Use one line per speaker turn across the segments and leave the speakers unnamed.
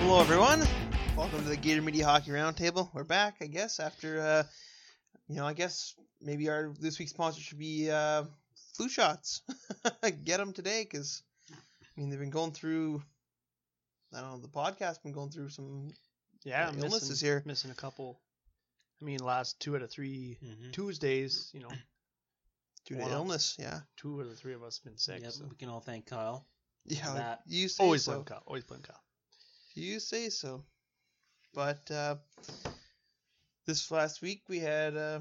Hello, everyone. Welcome to the Gator Media Hockey Roundtable. We're back, I guess, after uh, you know, I guess maybe our this week's sponsor should be uh, flu shots. Get them today, because I mean they've been going through. I don't know. The podcast's been going through some.
Yeah, I'm
illnesses
missing,
here.
Missing a couple. I mean, last two out of 3 Tuesdays, you know,
Due to
One-offs.
illness, yeah.
two out of three of us have been sick.
Yep,
so.
we can all thank Kyle.
Yeah,
That-
you say
Always
so.
blame Kyle. Always blame Kyle.
You say so. But uh, this last week we had uh,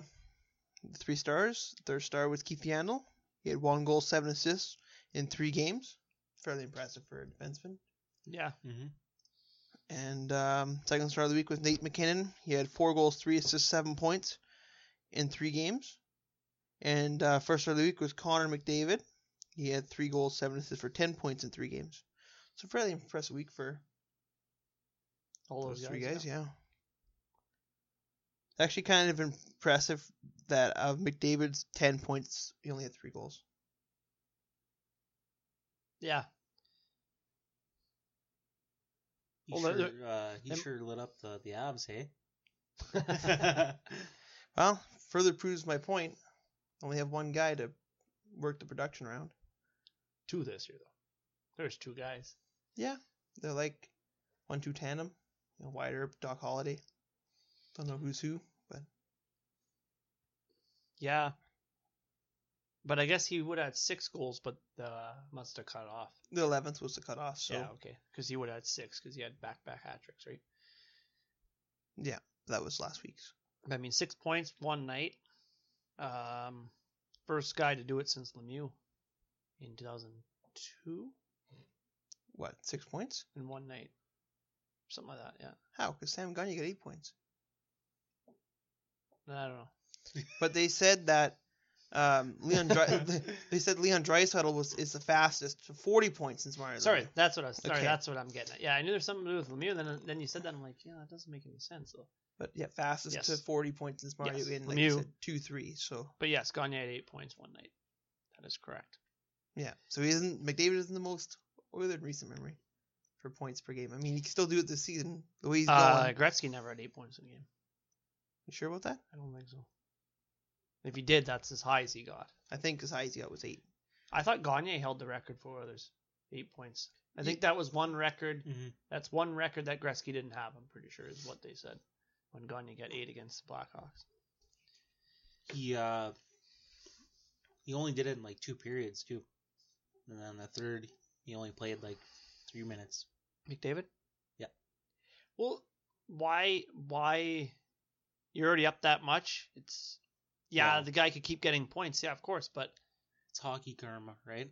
three stars. Third star was Keith Yandel. He had one goal, seven assists in three games. Fairly impressive for a defenseman.
Yeah,
Mm-hmm.
And um, second star of the week was Nate McKinnon. He had four goals, three assists, seven points in three games. And uh, first star of the week was Connor McDavid. He had three goals, seven assists for ten points in three games. So fairly impressive week for
all
those three guys, yeah. Actually, kind of impressive that of McDavid's ten points, he only had three goals.
Yeah.
He,
Well,
sure,
there-
uh, he
em-
sure lit up the, the abs, hey?
Well, further proves my point. Only have one guy to work the production round.
Two this year, though. There's two guys.
Yeah, they're like one-two tandem. You know, Wyatt Earp, Doc Holliday. Don't know who's who, but
Yeah. But I guess he would have had six goals, but uh, must have cut off.
the eleventh was the cutoff. So
Yeah, okay. Because he would have had six because he had back back hat tricks, right?
that was last week's.
I mean, six points one night. Um, first guy to do it since Lemieux in 2002
What six points?
in one night, something like that. Yeah,
How? Because Sam Gagne got eight points.
I don't know.
But they said that um, Leon Dry- they said Leon Dreisaitl was is the fastest to 40 points since Mario.
Sorry, that's what I was. Sorry,
Okay.
that's what I'm getting at. Yeah, I knew there's something to do with Lemieux. Then then you said that, I'm like, yeah, that doesn't make any sense though.
but yeah, fastest to
Yes.
40 points since Mario
Yes.
in like you
Lemieux.
said, two three. So
But yes, Gagne had eight points one night. That is correct.
yeah, so he isn't McDavid isn't the most Oilers in recent memory for points per game. I mean, he can still do it this season the way he's
Uh,
going.
Gretzky never had eight points in a game.
You sure about that?
I don't think so. If he did, that's as high as he got.
I think his highest he got was eight.
I thought Gagne held the record for others, eight points. I think that was one record.
Mhm.
That's one record that Gretzky didn't have. I'm pretty sure is what they said when Gagne got eight against the Blackhawks.
He uh, he only did it in like two periods, too. And then the third, he only played like three minutes.
McDavid?
Yeah.
Well, why why you're already up that much? It's yeah,
Yeah.
the guy could keep getting points, yeah, of course, but
It's hockey karma, right?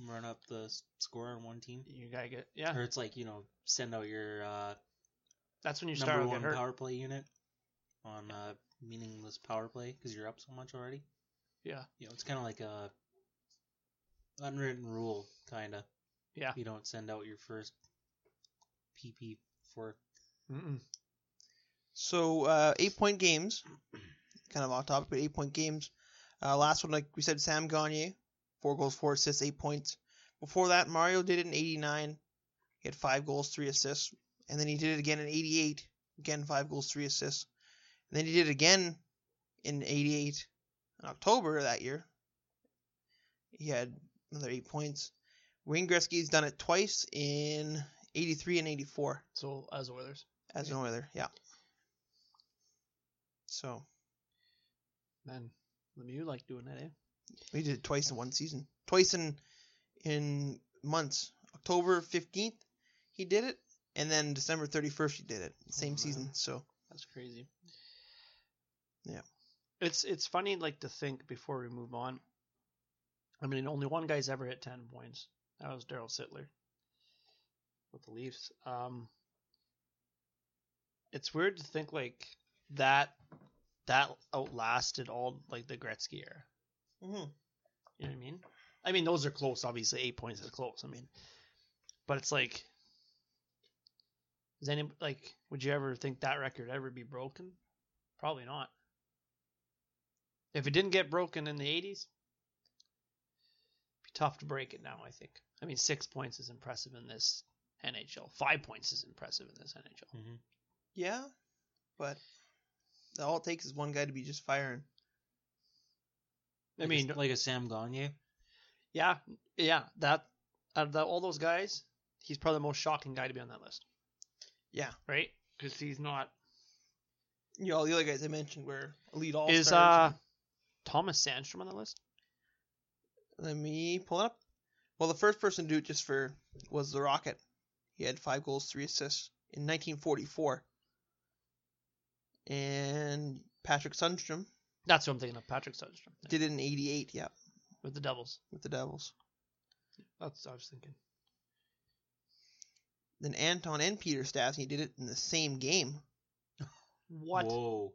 Run up the s- score on one team.
you gotta get yeah.
Or it's like, you know, send out your uh,
That's when you start
number
to
one
get hurt.
power play unit on uh, meaningless power play because you're up so much already.
Yeah.
You know, it's kind of like a unwritten rule, kind of.
Yeah.
You don't send out your first PP for.
Mm-mm.
So uh, eight point games, kind of off topic, but eight point games. Uh, last one, like we said, Sam Gagne, four goals, four assists, eight points. Before that, Mario did it in '89. He had five goals, three assists, and then he did it again in '88. Again, five goals, three assists. And then he did it again in '88, in October of that year. He had another eight points. Wayne Gretzky's done it twice in '83 and '84
So as Oilers.
as an Oiler. Yeah. So
Man, Lemieux like doing that, eh?
we did it twice in one season, twice in in months. October fifteenth, he did it, and then December thirty first, he did it. Same
man.
season. So
That's crazy.
Yeah.
It's it's funny like to think before we move on. I mean, only one guy's ever hit ten points. That was Daryl Sittler with the Leafs. Um, it's weird to think like that that outlasted all like the Gretzky era.
Mm-hmm.
You know what I mean? I mean, those are close. Obviously, eight points is close. I mean, but it's like, is any like, would you ever think that record ever be broken? Probably not. If it didn't get broken in the eighties, be tough to break it now. I think. I mean, six points is impressive in this NHL. Five points is impressive in this NHL.
Yeah, but all it takes is one guy to be just firing.
I
Like a-
mean,
like a Sam Gagne.
yeah, yeah. That out of the, all those guys, he's probably the most shocking guy to be on that list,
Yeah,
right? Because he's not
you know all the other guys I mentioned were elite all
Is uh Thomas Sandstrom on the list?
Let me pull it up. Well, the first person to do it just for was the Rocket. He had five goals, three assists in 1944. And Patrick Sundstrom
That's who I'm thinking of, Patrick Sandstrom.
did it in 88, yeah,
with the Devils.
with the Devils.
That's what I was thinking.
Then Anton and Peter Stastny did it in the same game.
What?
Whoa.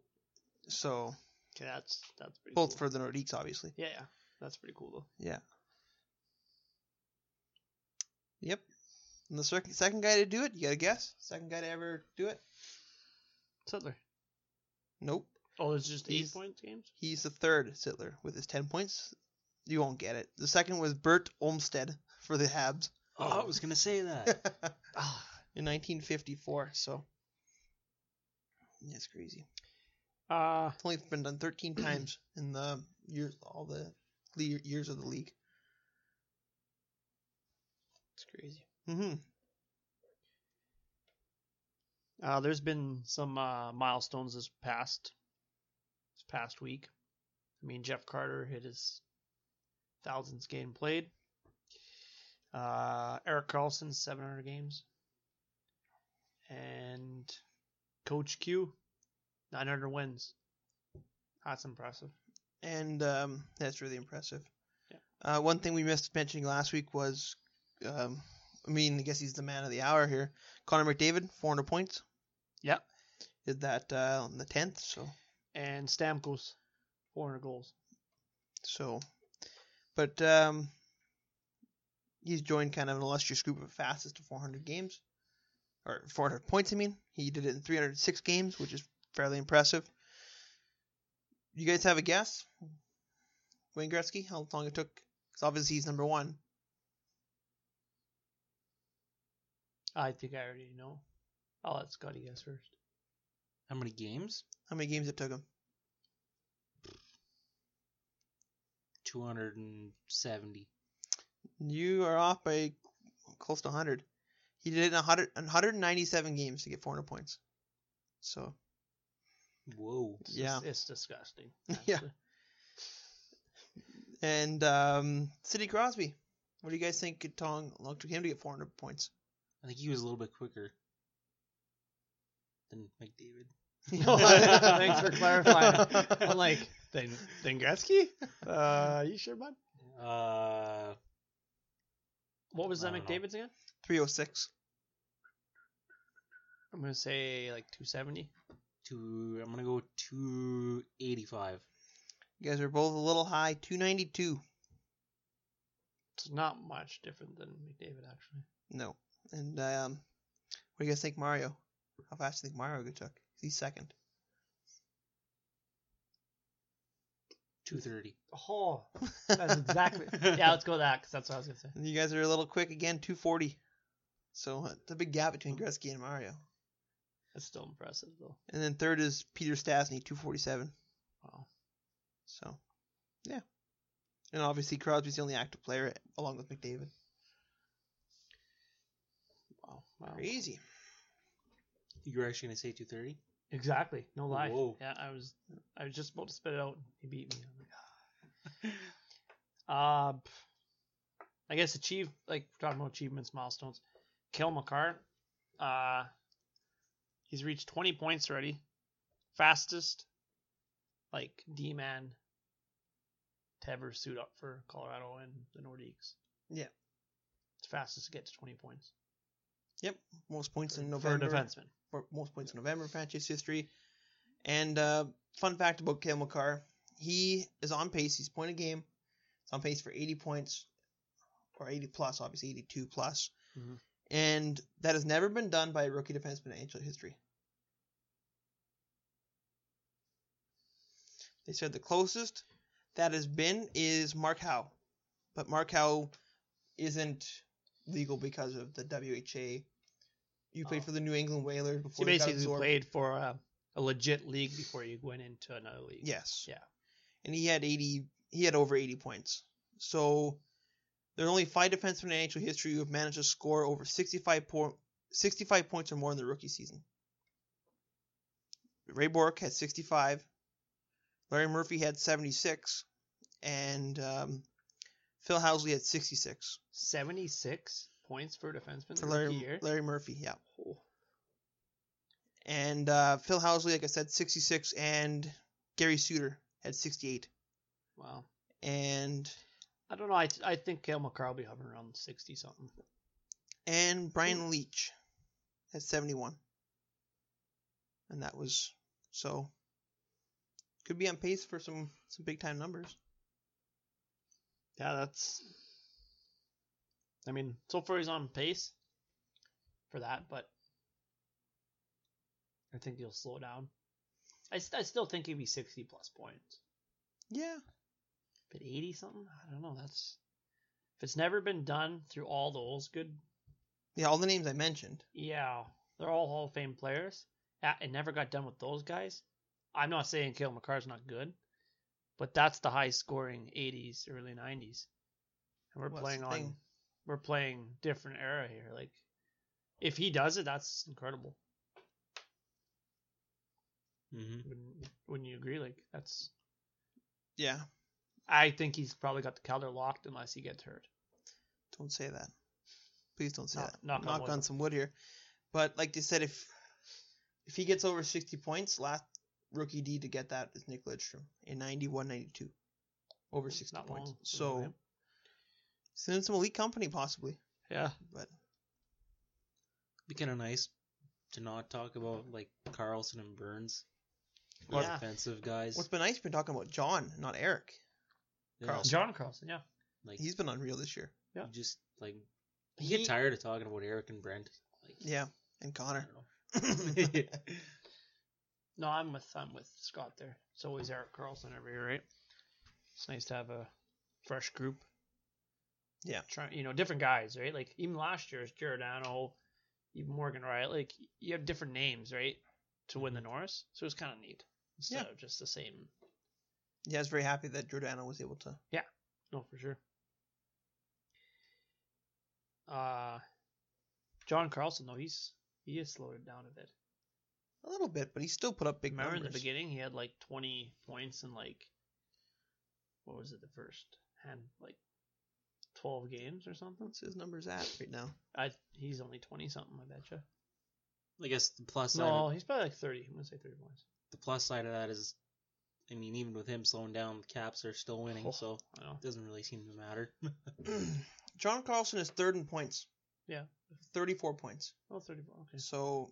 So,
Okay, that's that's pretty
both
cool.
for the Nordiques, obviously.
Yeah, yeah. That's pretty cool though.
Yeah. Yep. And the second second guy to do it, you got to guess? Second guy to ever do it?
Sittler.
Nope.
Oh, there's just eight
He's-
point games?
He's the third Sittler with his 10 points. You won't get it. The second was Bert Olmsted for the Habs
Oh, I was gonna say
in
that.
Ah, 1954. So that's crazy.
Uh
It's only been done 13 times in the years, all the le- years of the league.
it's crazy.
hmm
Uh there's been some uh milestones this past this past week. I mean Jeff Carter hit his thousands game played. Uh Eric Carlson, seven hundred games. And Coach Q, nine hundred wins. That's impressive.
And um, that's really impressive.
Yeah.
Uh, one thing we missed mentioning last week was, um, I mean, I guess he's the man of the hour here. Connor McDavid, 400 points.
Yeah.
Did that uh, on the 10th, so.
And Stamkos, four hundred goals.
So, but um, he's joined kind of an illustrious group of fastest to 400 games, or 400 points. I mean, he did it in 306 games, which is fairly impressive. You guys have a guess? Wayne Gretzky, how long it took? Because obviously he's number one.
I think I already know. I'll let Scotty guess first.
How many games?
How many games it took him?
Two hundred and seventy.
You are off by close to 100. He did it in 100, 197 games to get 400 points. So,
Whoa.
It's
Yeah.
dis- it's disgusting.
Yeah.
actually.
and um, Sidney Crosby. What do you guys think it tong- long took him to get 400 points?
I think he was a little bit quicker than McDavid.
Thanks for clarifying. I'm like, then then Gretzky? Uh, you sure, bud?
Uh,
What was that
I don't know.
McDavid's again?
306.
I'm gonna say like 270.
two. I'm gonna go two eighty-five.
You guys are both a little high. 292.
It's not much different than McDavid actually.
No. And um, what do you guys think, Mario? How fast do you think Mario took? He's second.
Two thirty.
Oh, that's exactly. yeah, let's go with that because that's what I was gonna say.
And you guys are a little quick again. 240. So uh, it's a big gap between Gretzky and Mario.
That's still impressive though.
And then third is Peter Stasny, 247.
Wow.
So, yeah. And obviously Crosby's the only active player along with McDavid.
Wow. Wow.
Crazy.
You were actually gonna say two thirty?
Exactly. No lie.
Whoa.
Yeah, I was I was just about to spit it out. and He beat me. I'm like, ah. uh, pff. I guess achieve like we're talking about achievements, milestones. Kale McCarr, uh, he's reached 20 points already fastest like D man to ever suit up for Colorado and the Nordiques.
Yeah.
It's fastest to get to twenty points.
Most points in
For a
November.
defenseman.
for most points in November in franchise history. And uh, fun fact about Kale McCarr, he is on pace. He's point a game. He's on pace for 80 points, or 80 plus, obviously 82 plus.
Mhm.
And that has never been done by a rookie defenseman in NHL history. They said the closest that has been is Mark Howe, but Mark Howe isn't legal because of the WHA. You played
Oh.
for the New England Whalers
So
before
you
they got
basically
absorbed.
played for a, a legit league before you went into another league.
Yes.
Yeah.
And he had eighty. He had over eighty points. So there are only five defensemen in NHL history who have managed to score over sixty-five po- 65 points or more in the rookie season. Ray Bork had sixty-five. Larry Murphy had seventy-six, and um, Phil Housley had sixty-six
Seventy six points for a defenseman
for
the rookie
Larry,
year.
Larry Murphy. Yeah.
Oh.
And uh, Phil Housley, like I said, sixty-six, and Gary Suter had sixty-eight.
Wow.
And
I don't know. I, I think Kale McCarr will be hovering around sixty something.
and Brian Leach at 71. And that was so could be on pace for some some big time numbers.
Yeah, that's. I mean, so far he's on pace for that, but I think he'll slow down. I, st- I still think he'd be 60 plus points.
Yeah.
But 80 something? I don't know. That's. If it's never been done through all those good.
Yeah, all the names I mentioned.
Yeah, they're all Hall of Fame players. Ah, It never got done with those guys. I'm not saying Kale McCarr's not good, but that's the high scoring 80s, early 90s. And we're
Well, that's
playing
the
on
thing.
we're playing different era here. Like, if he does it, that's incredible.
Mm-hmm.
Wouldn't, wouldn't you agree? Like, that's.
Yeah,
I think he's probably got the Calder locked unless he gets hurt.
don't say that. Please don't say
Knock-
that.
knock
Knock,
on
knock
wood.
on, some wood here. But like they said if if he gets over 60 points, last rookie D to get that is Nick Lidstrom in 91 92 over 60
Not
points.
long.
So send some elite company possibly,
yeah,
but
Be kind of nice to not talk about like Carlson and Burns,
What-
yeah. defensive guys.
What's been nice, you've been talking about John, not Eric.
Yeah,
Carlson?
John Carlson. Yeah,
Like
He's been unreal this year.
Yeah.
you just like you
He-
get tired of talking about Eric and Brent. Like,
Yeah, and
I
Connor.
don't know.
no, I'm with I'm with Scott there. It's always Eric Carlson every year, right? It's nice to have a fresh group.
Yeah.
trying you know different guys, right? Like even last year's Giordano, even Morgan Riot. Like you have different names, right, to win the Norris. So it's kind of neat instead
Mm-hmm. Yeah.
of just the same.
yeah, I was very happy that Giordano was able to.
No, for sure. Uh John Carlson though, he's he has slowed it down a bit.
A little bit, but he still put up big
Remember
numbers.
in the beginning he had like twenty points in like what was it, the first hand like twelve games or something?
What's his numbers at right now?
I he's only twenty something, I betcha.
I guess the plus side
No,
of,
he's probably like thirty. I'm gonna say thirty points.
the plus side of that is, I mean, even with him slowing down, the Caps are still winning,
Oh.
so
I don't know.
it doesn't really seem to matter.
John Carlson is third in points.
Yeah.
34 points.
Oh, 30 points. Okay.
So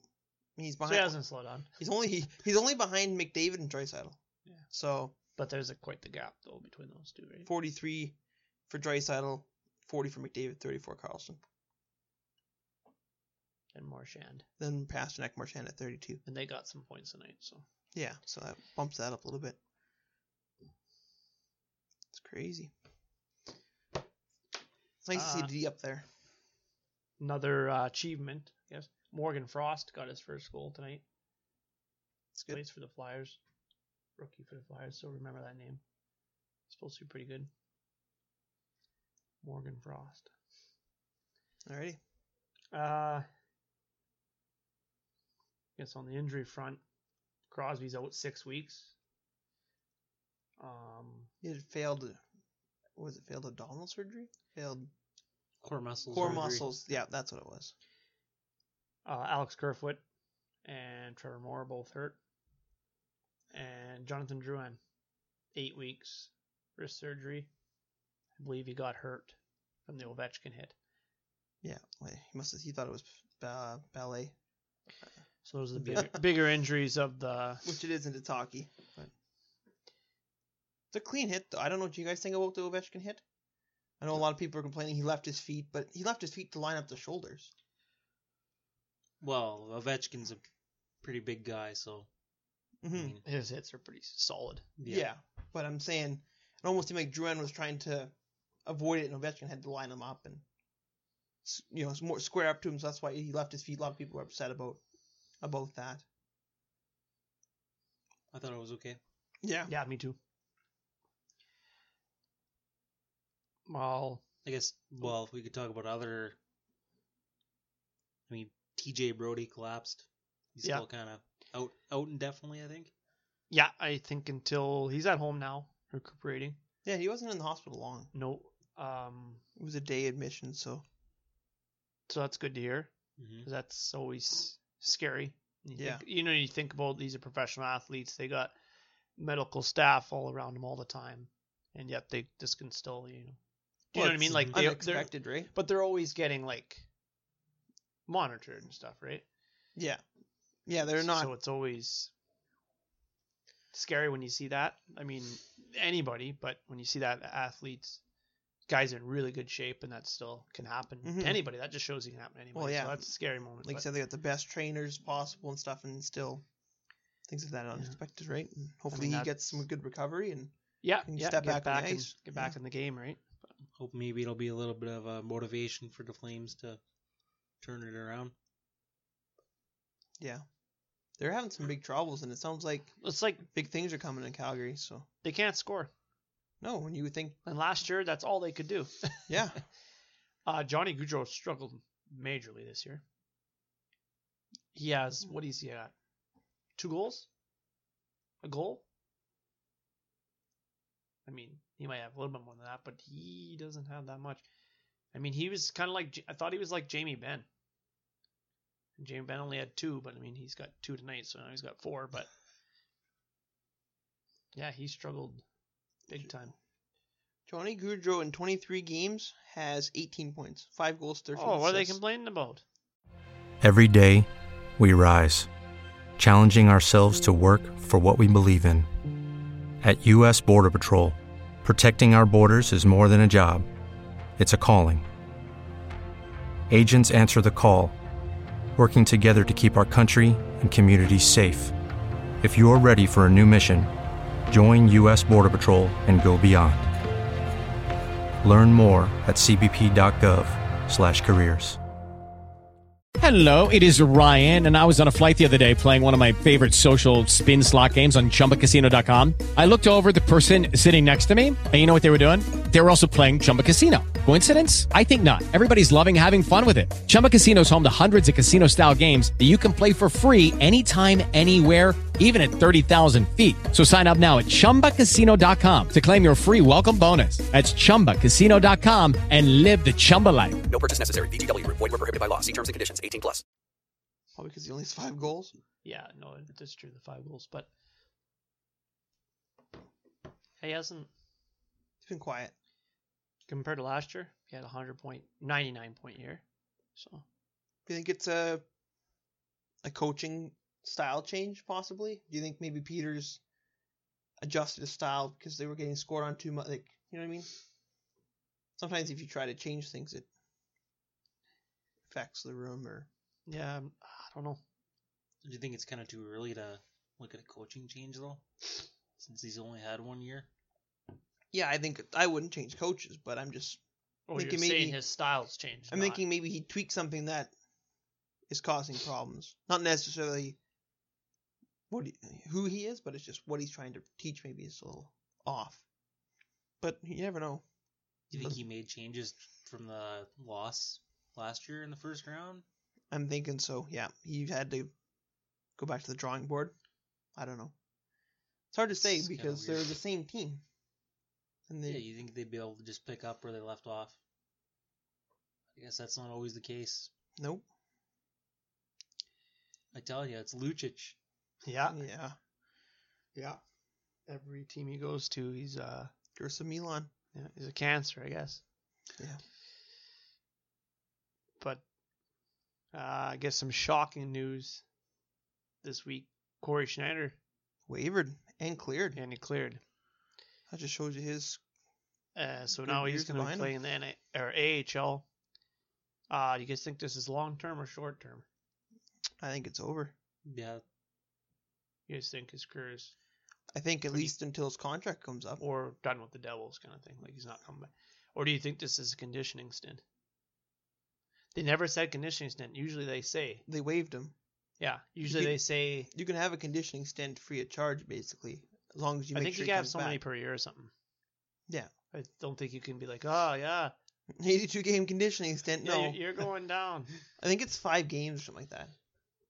he's
So he
behind.
hasn't slowed down.
he's only he, he's only behind McDavid and Dreisaitl.
Yeah.
So
But there's a, quite the gap though between those two, right?
43 for Dreisaitl, 40 for McDavid, 34 Carlson.
And Marchand.
Then Pasternak, Marchand at 32.
And they got some points tonight, so
Yeah, so that bumps that up a little bit. It's crazy. It's nice to
Uh,
see D up there.
another uh, achievement. Yes, Morgan Frost got his first goal tonight.
It's good.
Plays for the Flyers, rookie for the Flyers. So remember that name. supposed to be pretty good. Morgan Frost.
Alrighty.
Uh, guess on the injury front, Crosby's out six weeks. Um,
It failed. Was it failed abdominal surgery? Failed
Core muscles.
core
surgery.
muscles. Yeah, that's what it was.
uh, Alex Kerfoot and Trevor Moore both hurt. Jonathan Drouin, eight weeks wrist surgery. I believe he got hurt from the Ovechkin hit.
Yeah, wait, he must have, he thought it was ba- ballet,
So those are the bigger, bigger injuries of the.
which it isn't. It's hockey. But it's a clean hit. Though. I don't know what you guys think about the Ovechkin hit. I know a lot of people are complaining he left his feet, but he left his feet to line up the shoulders.
Well, Ovechkin's a pretty big guy, so I
hmm
mean,
His hits are pretty solid.
Yeah. but I'm saying it almost seemed like Drouin was trying to avoid it, and Ovechkin had to line him up and s- you know s- more square up to him. So that's why he left his feet. A lot of people were upset about about that.
I thought it was okay.
Yeah,
Yeah, me too. Well,
I guess. Well, if we could talk about other, I mean, TJ Brody collapsed. He's
Yeah.
still kind of out, out indefinitely. I think.
yeah, I think until he's at home now recuperating.
yeah. He wasn't in the hospital long.
No, um,
It was a day admission, so
so that's good to hear.
Mm-hmm.
'cause that's always scary. You
Yeah.
think- you know, you think about these are professional athletes; they got medical staff all around them all the time, and yet they this can still, you know, do you know what I
it's
mean? Like they, they're,
unexpected, right?
but they're always getting like monitored and stuff, right?
Yeah, yeah. They're not.
So it's always scary when you see that. I mean, anybody, but when you see that athletes, guys in really good shape, and that still can happen
Mhm.
to anybody. That just shows it can happen to anybody.
Well, yeah.
So that's a scary moment.
like you
but-
said, they got the best trainers possible and stuff, and still things of that unexpected, right? And hopefully, he gets
that's-
some good recovery and
yeah,
can
yeah,
step
get
back on the
back and
ice.
get back in the game, right?
Hope maybe it'll be a little bit of a motivation for the Flames to turn it around.
yeah, they're having some big troubles, and it sounds like
It's like
big things are coming in Calgary. So
they can't score,
no, when you would think,
and last year that's all they could do.
yeah,
Uh, Johnny Goudreau struggled majorly this year. He has what is he at? Two goals, a goal. I mean, he might have a little bit more than that, but he doesn't have that much. I mean, he was kind of like J- I thought he was like Jamie Ben. And Jamie Ben only had two, but I mean, he's got two tonight, so now he's got four. But yeah, he struggled big time.
Johnny Goudreau in 23 games has 18 points, five goals, 13
Oh, what are they
assists.
complaining about?
Every day, we rise, challenging ourselves to work for what we believe in. At U.S. Border Patrol, protecting our borders is more than a job, it's a calling. Agents answer the call, working together to keep our country and communities safe. If you're ready for a new mission, join U.S. Border Patrol and go beyond. Learn more at cbp.gov/careers.
Hello, it is Ryan, and I was on a flight the other day playing one of my favorite social spin slot games on chumbacasino.com. I looked over at the person sitting next to me, and you know what they were doing? They were also playing Chumba Casino. Coincidence? I think not. Everybody's loving having fun with it. Chumba Casino is home to hundreds of casino style games that you can play for free anytime, anywhere, even at 30,000 feet. So sign up now at chumbacasino.com to claim your free welcome bonus. That's chumbacasino.com and live the Chumba life.
No purchase necessary. VGW Group. Void were prohibited by law. See terms and conditions. 18 plus.
Probably Oh, because he only has five goals.
Yeah, no, that's true. The five goals, but he hasn't
He's been quiet.
compared to last year. He had a hundred point, ninety nine point year. So
Do you think it's a a coaching style change possibly? Do you think maybe Peters adjusted his style because they were getting scored on too much? Like you know what I mean? Sometimes if you try to change things, it affects the room. Or
yeah, I'm- I don't know.
Do you think it's kind of too early to look at a coaching change though, since he's only had one year?
yeah, I think I wouldn't change coaches, but I'm just
Oh,
Think
you're
it may
saying
be-
his style's changed.
I'm
not-
thinking maybe he tweaked something that is causing problems. Not necessarily what he, who he is, but it's just what he's trying to teach. Maybe is a little off. But you never know.
Do you think he made changes from the loss last year in the first round?
I'm thinking so. Yeah, he had to go back to the drawing board. I don't know. It's hard to say
It's kinda
because they're
weird.
the same team, and they
Yeah, you think they'd be able to just pick up where they left off? I guess that's not always the case.
nope.
I tell you, it's Lucic.
Yeah,
Yeah, yeah.
every team he goes to, he's uh,
Gerson Milan.
yeah, he's a cancer, I guess.
Yeah.
But uh, I guess some shocking news this week: Corey Schneider
Wavered and cleared.
and he cleared.
That just shows you his.
Uh, so
Good
now he's
years
going to
behind
play
him.
in the NA- or AHL. Uh, do you guys think this is long term or short term?
I think it's over.
Yeah,
You guys think his career is
I think at
Pretty-
least until his contract comes up.
or done with the Devils kind of thing, like he's not coming back? Or do you think this is a conditioning stint? They never said conditioning stint. Usually they say,
They waived him.
yeah. Usually
could-
they say,
You can have a conditioning stint free of charge, basically, as long as you
I
make
think
sure
you
he
can have
comes
so
back.
many per year or something.
Yeah.
I don't think you can be like, oh yeah,
82 game conditioning stint.
no,
No,
you're, you're going down.
I think it's five games or something like that.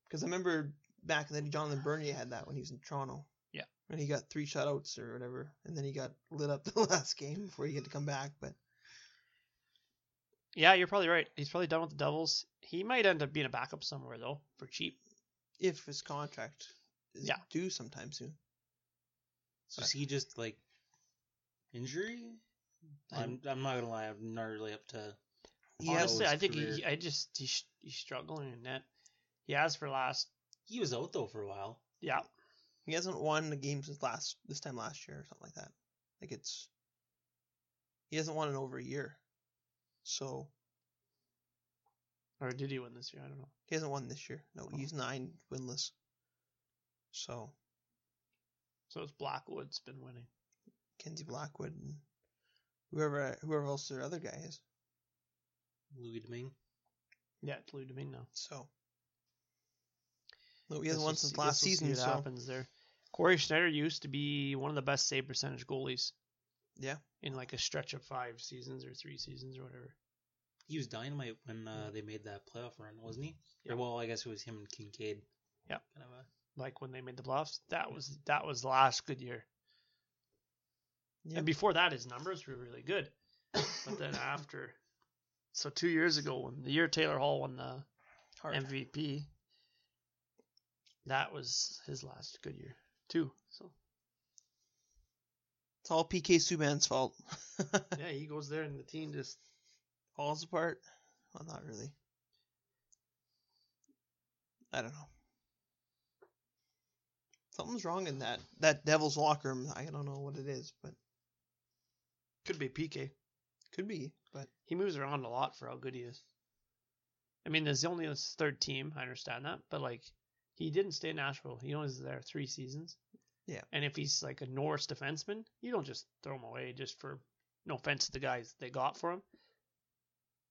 Because I remember back in the day, Jonathan Bernier had that when he was in Toronto.
Yeah.
And he got three shutouts or whatever, and then he got lit up the last game before he had to come back. But
yeah, you're probably right. He's probably done with the Devils. He might end up being a backup somewhere though for cheap.
if his contract is
Yeah.
due sometime soon,
So is he just like injury? I'm I'm not gonna lie, I'm not really up to.
he
Otto
has
Honestly,
was
I think he,
career-
he- I just he's, he's struggling in net. He has for last,
He was out though for a while.
yeah,
he hasn't won a game since last this time last year or something like that. Like it's he hasn't won in over a year, so
or did he win this year? I don't know. Oh.
he hasn't won this year. No, he's nine winless. So
So it's Blackwood's been winning.
Kenzie Blackwood and whoever whoever else their other guy is.
Louis Domingue.
Yeah, it's Lou Domingue now.
So no, he hasn't won
Guess we'll
since
see-
last
guess we'll see
season. So
What happens there? Corey Schneider used to be one of the best save percentage goalies
yeah,
in like a stretch of five seasons or three seasons or whatever.
He was dynamite when uh, they made that playoff run, wasn't he?
Mm. Yeah.
Or, well, I guess it was him and Kincaid.
Yeah.
Kind of a,
Like when they made the playoffs, that was that was the last good year.
yeah.
And before that, his numbers were really good. But then after, so two years ago, when the year Taylor Hall won the
Hard.
MVP, that was his last good year too. So
it's all PK Subban's fault.
yeah, he goes there and the team just
Falls apart. Well, not really. I don't know. Something's wrong in that that Devil's locker room. I don't know what it is, but
could be PK.
could be. But
He moves around a lot for how good he is. I mean, there's only his third team. I understand that, but like, he didn't stay in Nashville. He only was there three seasons.
Yeah.
And if he's like a Norse defenseman, you don't just throw him away just for no offense to the guys they got for him.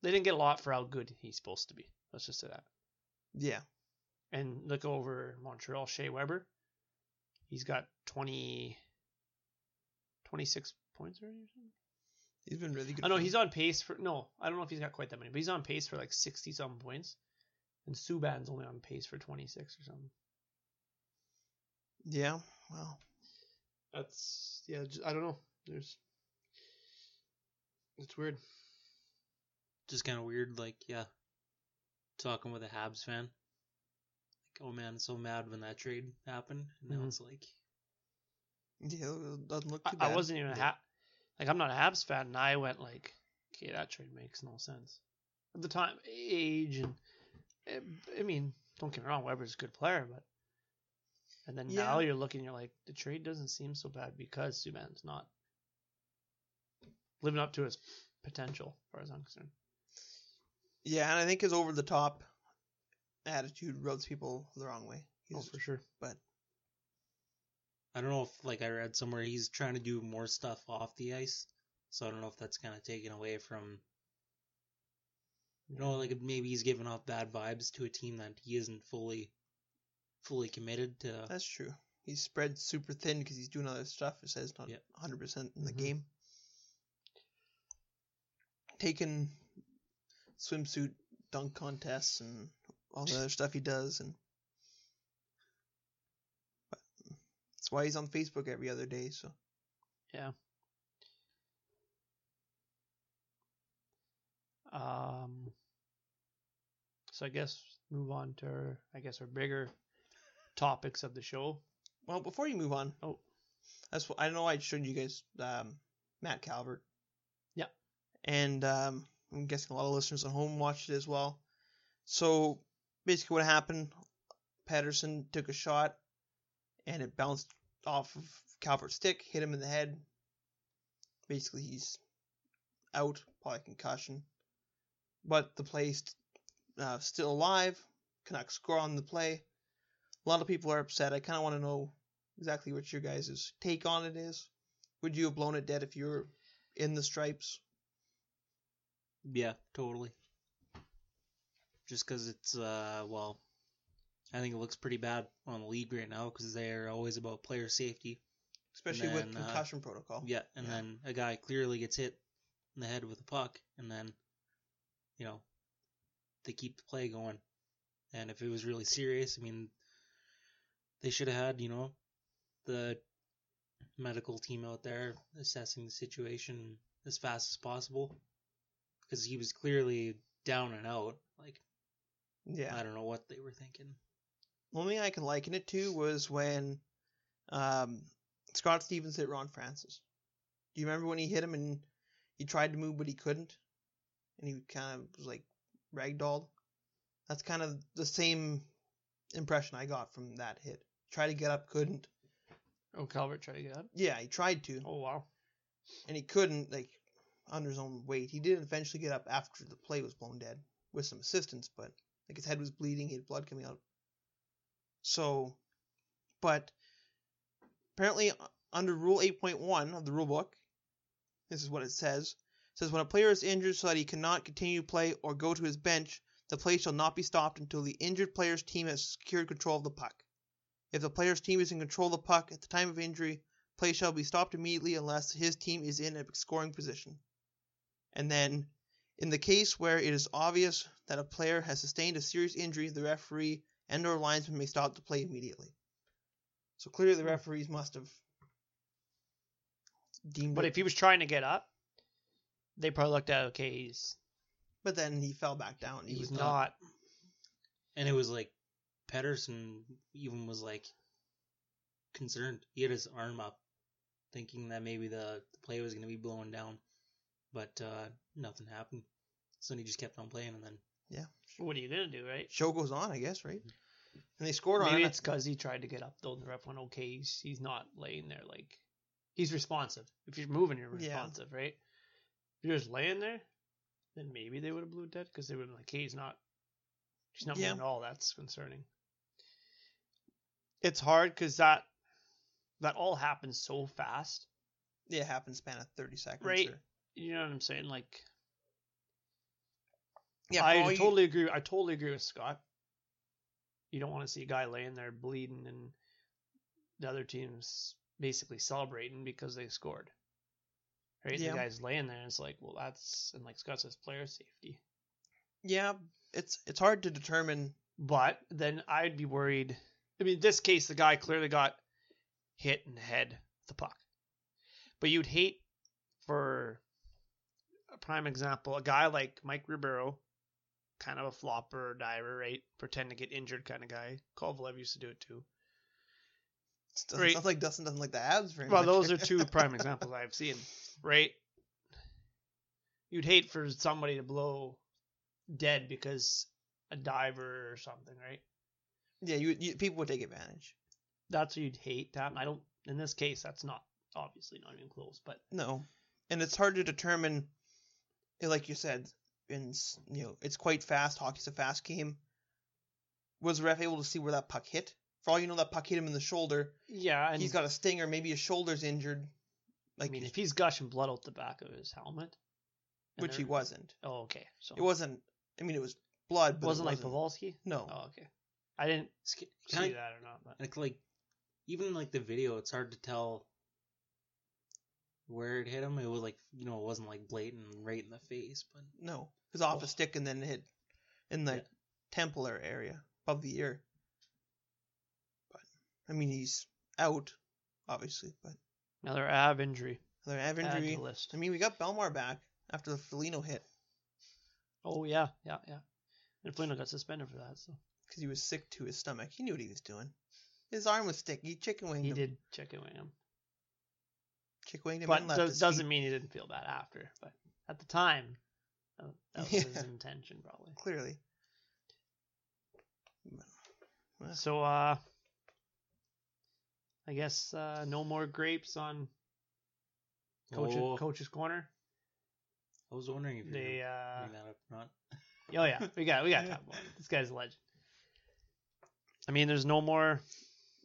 They didn't get a lot for how good he's supposed to be. Let's just say that.
yeah,
And look over Montreal, Shea Weber. He's got 20, 26 points already or something.
he's been really good.
I know
for
he's
them.
on pace for no. I don't know if he's got quite that many, but he's on pace for like sixty something points, and Subban's only on pace for twenty six or something.
Yeah. Well,
That's yeah. Just, I don't know. There's it's weird.
just kind of weird, like yeah, talking with a Habs fan. Like, oh man, so mad when that trade happened. And now
Mhm.
it's like
yeah, it doesn't look too
I,
bad.
I wasn't even a ha- like I'm not a Habs fan, and I went like, okay, that trade makes no sense at the time, age and eh, I- I mean, don't get me wrong, Weber's a good player, but and then now
Yeah.
you're looking, you're like, the trade doesn't seem so bad because Subban's not living up to his potential, as far as I'm concerned.
Yeah, and I think his over the top attitude rubs people the wrong way. He's,
Oh, for sure.
But
I don't know if like I read somewhere he's trying to do more stuff off the ice. So I don't know if that's kind of taken away from you know like maybe he's giving off bad vibes to a team that he isn't fully fully committed to.
that's true. He's spread super thin because he's doing other stuff. It says not
Yeah.
100% in the
Mhm.
game. Taking swimsuit dunk contests and all the other stuff he does, and but mm, that's why he's on Facebook every other day. So
Um, so I guess move on to our, I guess our bigger topics of the show.
well, before you move on,
Oh.
That's what I know. I showed you guys um, Matt Calvert.
Yeah.
and um, I'm guessing a lot of listeners at home watched it as well. So basically, what happened? Patterson took a shot, and it bounced off of Calvert's stick, hit him in the head. Basically, he's out, probably concussion. But the play's uh, still alive. Canucks score on the play. A lot of people are upset. I kind of want to know exactly what your guys' take on it is. Would you have blown it dead if you were in the stripes?
Yeah, totally. Just because it's, uh, well, I think it looks pretty bad on the league right now because they're always about player safety.
Especially with
Then, uh,
concussion protocol.
Yeah, and then a guy clearly gets hit in the head with a puck, and then, you know, they keep the play going. And if it was really serious, I mean, they should have had, you know, the medical team out there assessing the situation as fast as possible because he was clearly down and out. Like,
Yeah.
I don't know what they were thinking.
The only thing I can liken it to was when um, Scott Stevens hit Ron Francis. Do you remember when he hit him and he tried to move but he couldn't, and he kind of was like ragdolled? That's kind of the same impression I got from that hit. Tried to get up, couldn't.
Oh, Calvert tried to get out.
Yeah, he tried to,
Oh wow.
and he couldn't, like under his own weight. He did eventually get up after the play was blown dead with some assistance, but like his head was bleeding, he had blood coming out. So, but apparently uh, under Rule 8.1 of the rule book, this is what it says: it says when a player is injured so that he cannot continue play or go to his bench, the play shall not be stopped until the injured player's team has secured control of the puck. If the player's team is in control of the puck at the time of injury, play shall be stopped immediately unless his team is in a scoring position. And then, in the case where it is obvious that a player has sustained a serious injury, the referee and/or linesman may stop the play immediately. So clearly, the referees must have deemed.
But
it-
if he was trying to get up, they probably looked at okay, he's
but then he fell back down.
he's
was
not.
not. And it was like Pedersen even was like concerned. He had his arm up, thinking that maybe the, the play was going to be blown down, but uh, nothing happened. So he just kept on playing, and then
What are you gonna do, right?
Show goes on, I guess, right? And they scored on
Maybe
it.
it's because he tried to get up though, and the ref went, "Okay, he's, he's not laying there. Like he's responsive. If you're moving, you're
Yeah.
responsive, right? If you're just laying there, then maybe they would have blew it dead because they would have been like, "Hey, he's not. He's not
Yeah.
moving at all. That's concerning." It's hard because that that all happens so fast.
Yeah, it happened in the span of thirty seconds.
Right.
or-
You know what I'm saying? Like
Yeah,
I
for all you-
totally agree. I totally agree with Scott. You don't want to see a guy laying there bleeding and the other team's basically celebrating because they scored. Right?
Yeah.
The guy's laying there and it's like, well, that's, and like Scott says, player safety.
Yeah, it's it's hard to determine.
But then I'd be worried. I mean, in this case, the guy clearly got hit in the head with the puck. But you'd hate for a prime example, a guy like Mike Ribeiro, kind of a flopper, diver, right? Pretend to get injured kind of guy. Kovalev used to do it too.
It doesn't
Right.
sound like Dustin doesn't like the abs very
Well,
much.
those are two prime examples I've seen, right? You'd hate for somebody to blow dead because a diver or something, right?
Yeah, you, you people would take advantage.
that's what you'd hate to happen. I don't. In this case, that's not obviously not even close. But
No, and it's hard to determine. eh, Like you said, in s- you know, it's quite fast. Hockey's a fast game. Was the ref able to see where that puck hit? For all you know, that puck hit him in the shoulder.
yeah, and
He's got a stinger. Maybe his shoulder's injured. Like,
I mean, if he's gushing blood out the back of his helmet, and
which he
they're-
wasn't.
Oh, okay. So
It wasn't. I mean, it was blood,
It
but it
wasn't like
wasn't
Pavelski.
No.
Oh, okay. I didn't
it's ki-
see
kinda-
that or not, but
and it's like even like the video, it's hard to tell where it hit him. It was like you know, it wasn't like blatant right in the face, but
No, it was off
Oh.
a stick and then hit in the
Yeah.
temple or area above the ear. But I mean, he's out, obviously. But
another ab injury.
another ab
Add to
injury.
the list.
I mean, we got Belmar back after the Felino hit
Oh yeah, yeah, yeah. And Flynn got suspended for that, so
because he was sick to his stomach. He knew what he was doing. His arm was sticky. Chicken winged
he
him.
did check in with him.
Chick winged him
but
and left.
does-
his
doesn't
feet.
mean he didn't feel bad after. But at the time, that, that was his
Yeah.
intention probably.
clearly.
So, uh, I guess uh, no more grapes on coach,
Oh,
coach's corner.
I was wondering if you
They,
were gonna
uh,
bring that up or not.
Oh yeah, we got we got to talk about it. This guy's a legend. I mean, there's no more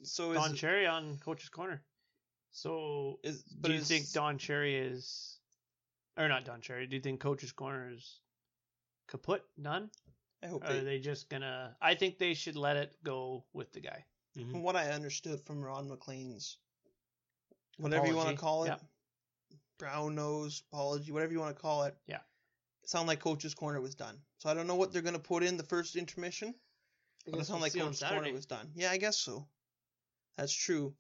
So
Don
is,
Cherry on coach's corner. So,
is but
do you
is-
think Don Cherry is, or not Don Cherry? Do you think coach's corner is kaput, done?
I hope
Or
they,
are Uh, they just gonna? I think they should let it go with the guy.
Mm-hmm.
from what I understood from Ron McLean's, whatever you want to
Apology,
call it,
yeah.
brown nose apology, whatever you want to call it.
Yeah.
It sounded like Coach's Corner was done. So I don't know what they're going to put in the first intermission. But it sounded like Coach's Corner was done. Yeah, I guess so. That's true.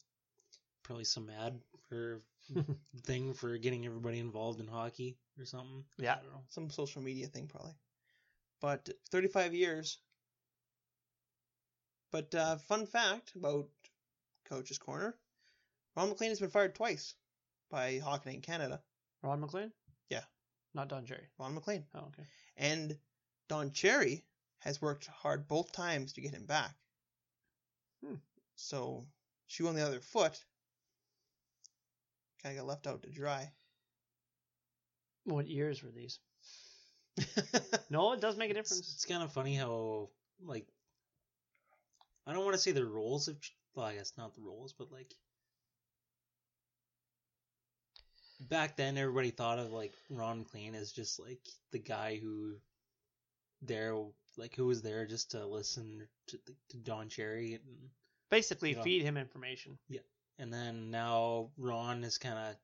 Probably some ad for thing for getting everybody involved in hockey or something.
Yeah.
I don't know.
Some social media thing, probably. But 35 years. But uh, fun fact about Coach's Corner Ron McLean has been fired twice by Hockey Night in Canada.
Ron McLean.
Yeah.
not Don Cherry.
Ron McLean.
Oh, okay.
And Don Cherry has worked hard both times to get him back.
Hmm.
So, shoe on the other foot. Kind of got left out to dry.
What years were these? No, it does make a
It's,
difference.
it's kind of funny how like I don't want to say the roles have. ch- Well, I guess not the roles, but like back then, everybody thought of like Ron McLean as just like the guy who there, like who was there just to listen to, to Don Cherry, and
Basically,
Yeah.
feed him information.
and then now Ron is kind of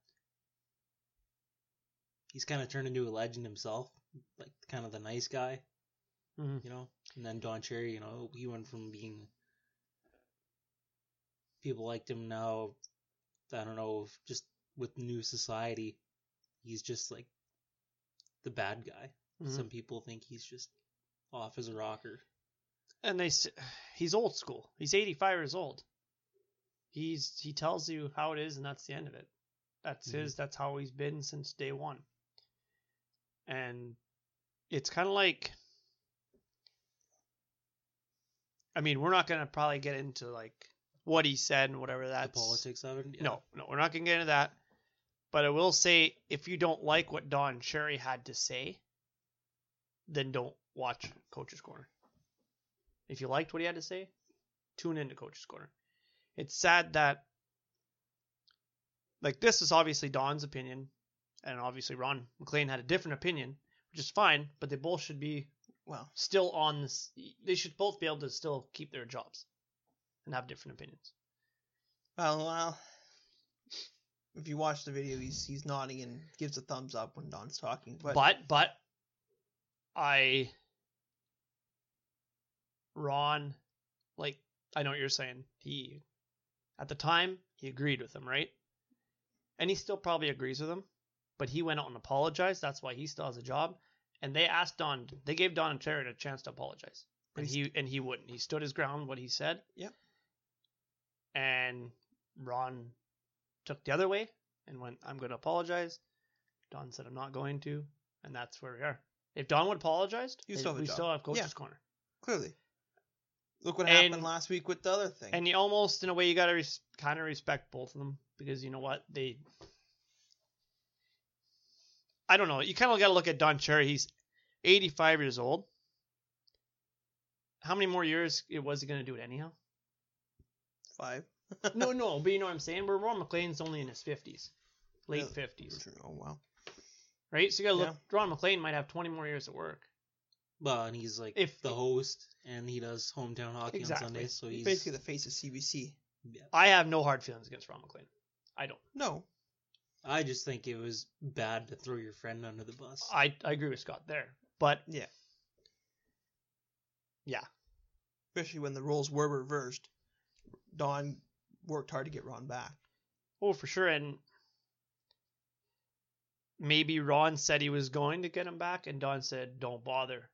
he's kind of turned into a legend himself, like kind of the nice guy.
Mm-hmm,
you know. And then Don Cherry, you know, he went from being people liked him now. I don't know, if just with new society, he's just like the bad guy.
Mhm.
Some people think he's just off as a rocker.
and they s- he's old school. He's 85 years old. He's he tells you how it is and that's the end of it. That's
Mhm.
his that's how he's been since day 1. And it's kind of like I mean, we're not going to probably get into like what he said and whatever
The
that's
politics of it. yeah.
No, no, we're not going to get into that. But I will say if you don't like what Don Cherry had to say, then don't watch Coach's Corner. If you liked what he had to say, tune into Coach's Corner. It's sad that, like, this is obviously Don's opinion, and obviously Ron McLean had a different opinion, which is fine, but they both should be
Well,
still on this. They should both be able to still keep their jobs and have different opinions.
well, well. If you watch the video, he's he's nodding and gives a thumbs up when Don's talking. But,
but but, I Ron like I know what you're saying. He at the time he agreed with him, right? And he still probably agrees with him, but he went out and apologized. That's why he still has a job. And they asked Don, they gave Don and Jared a chance to apologize, and he and he wouldn't. He stood his ground what he said.
Yep.
And Ron took the other way and went, "I'm going to apologize." Don said, "I'm not going to," and that's where we are. If Don would apologized,
You still have a
we
job.
still have coach's
Yeah.
corner.
clearly, look what
And-
happened last week with the other thing.
And you almost, in a way, you gotta res- kind of respect both of them because you know what they. I don't know. You kind of gotta look at Don Cherry. He's 85 years old. How many more years it was he gonna do it anyhow?
Five.
no, no, but you know what I'm saying. Where Ron McLean's only in his 50s, late
Really?
50s,
Oh wow.
right? So you gotta look.
Yeah.
Ron McLean might have 20 more years at work.
Well, and he's like
If-
the host, and he does hometown hockey
Exactly.
on Sundays, so
He's
he's
basically the face of CBC.
I have no hard feelings against Ron McLean. I don't.
No,
I just think it was bad to throw your friend under the bus.
I I agree with Scott there, but
Yeah.
Yeah.
especially when the roles were reversed. Don worked hard to get Ron back.
Oh, for sure. And maybe Ron said he was going to get him back, and Don said, "Don't bother.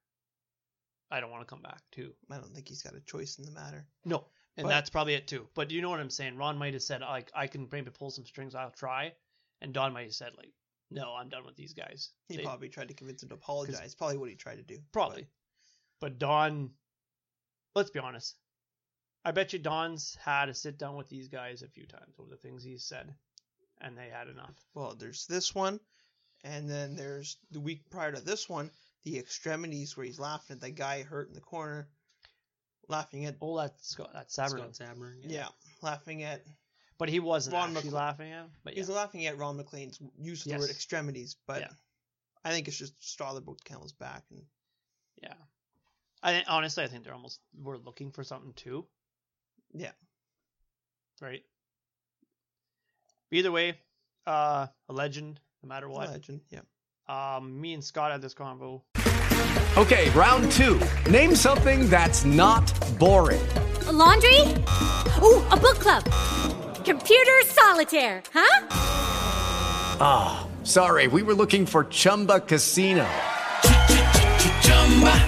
I don't want to come back too."
I don't think he's got a choice in the matter.
No, and
But-
that's probably it too. But you know what I'm saying? Ron might have said, "Like I can maybe pull some strings. I'll try," And Don might have said like, "No, I'm done with these guys."
He
They-
probably tried to convince him to apologize. Probably what he tried to do.
Probably. But Don, let's be honest. I bet you Don's had a sit down with these guys a few times over the things he's said, and they had enough.
Well, there's this one, and then there's the week prior to this one, the extremities where he's laughing at that guy hurt in the corner, laughing at
Oh, that's Scott, that's Saberman.
Scott Sabrin.
yeah, laughing at
But he wasn't
Ron
actually
McCl-
laughing at him. But yeah.
he's laughing at Ron McLean's use of the word
Yes.
extremities, but
Yeah.
I think it's just straw that broke the camel's back, and
yeah. I think- honestly, I think they're almost we're looking for something too,
yeah,
right? Either way, uh, a legend, no matter
it's a
what.
legend, yeah.
Um, me and Scott had this convo.
Okay, round two. Name something that's not boring.
A laundry? Ooh, a book club. Computer solitaire, huh?
Sorry, we were looking for Chumba Casino.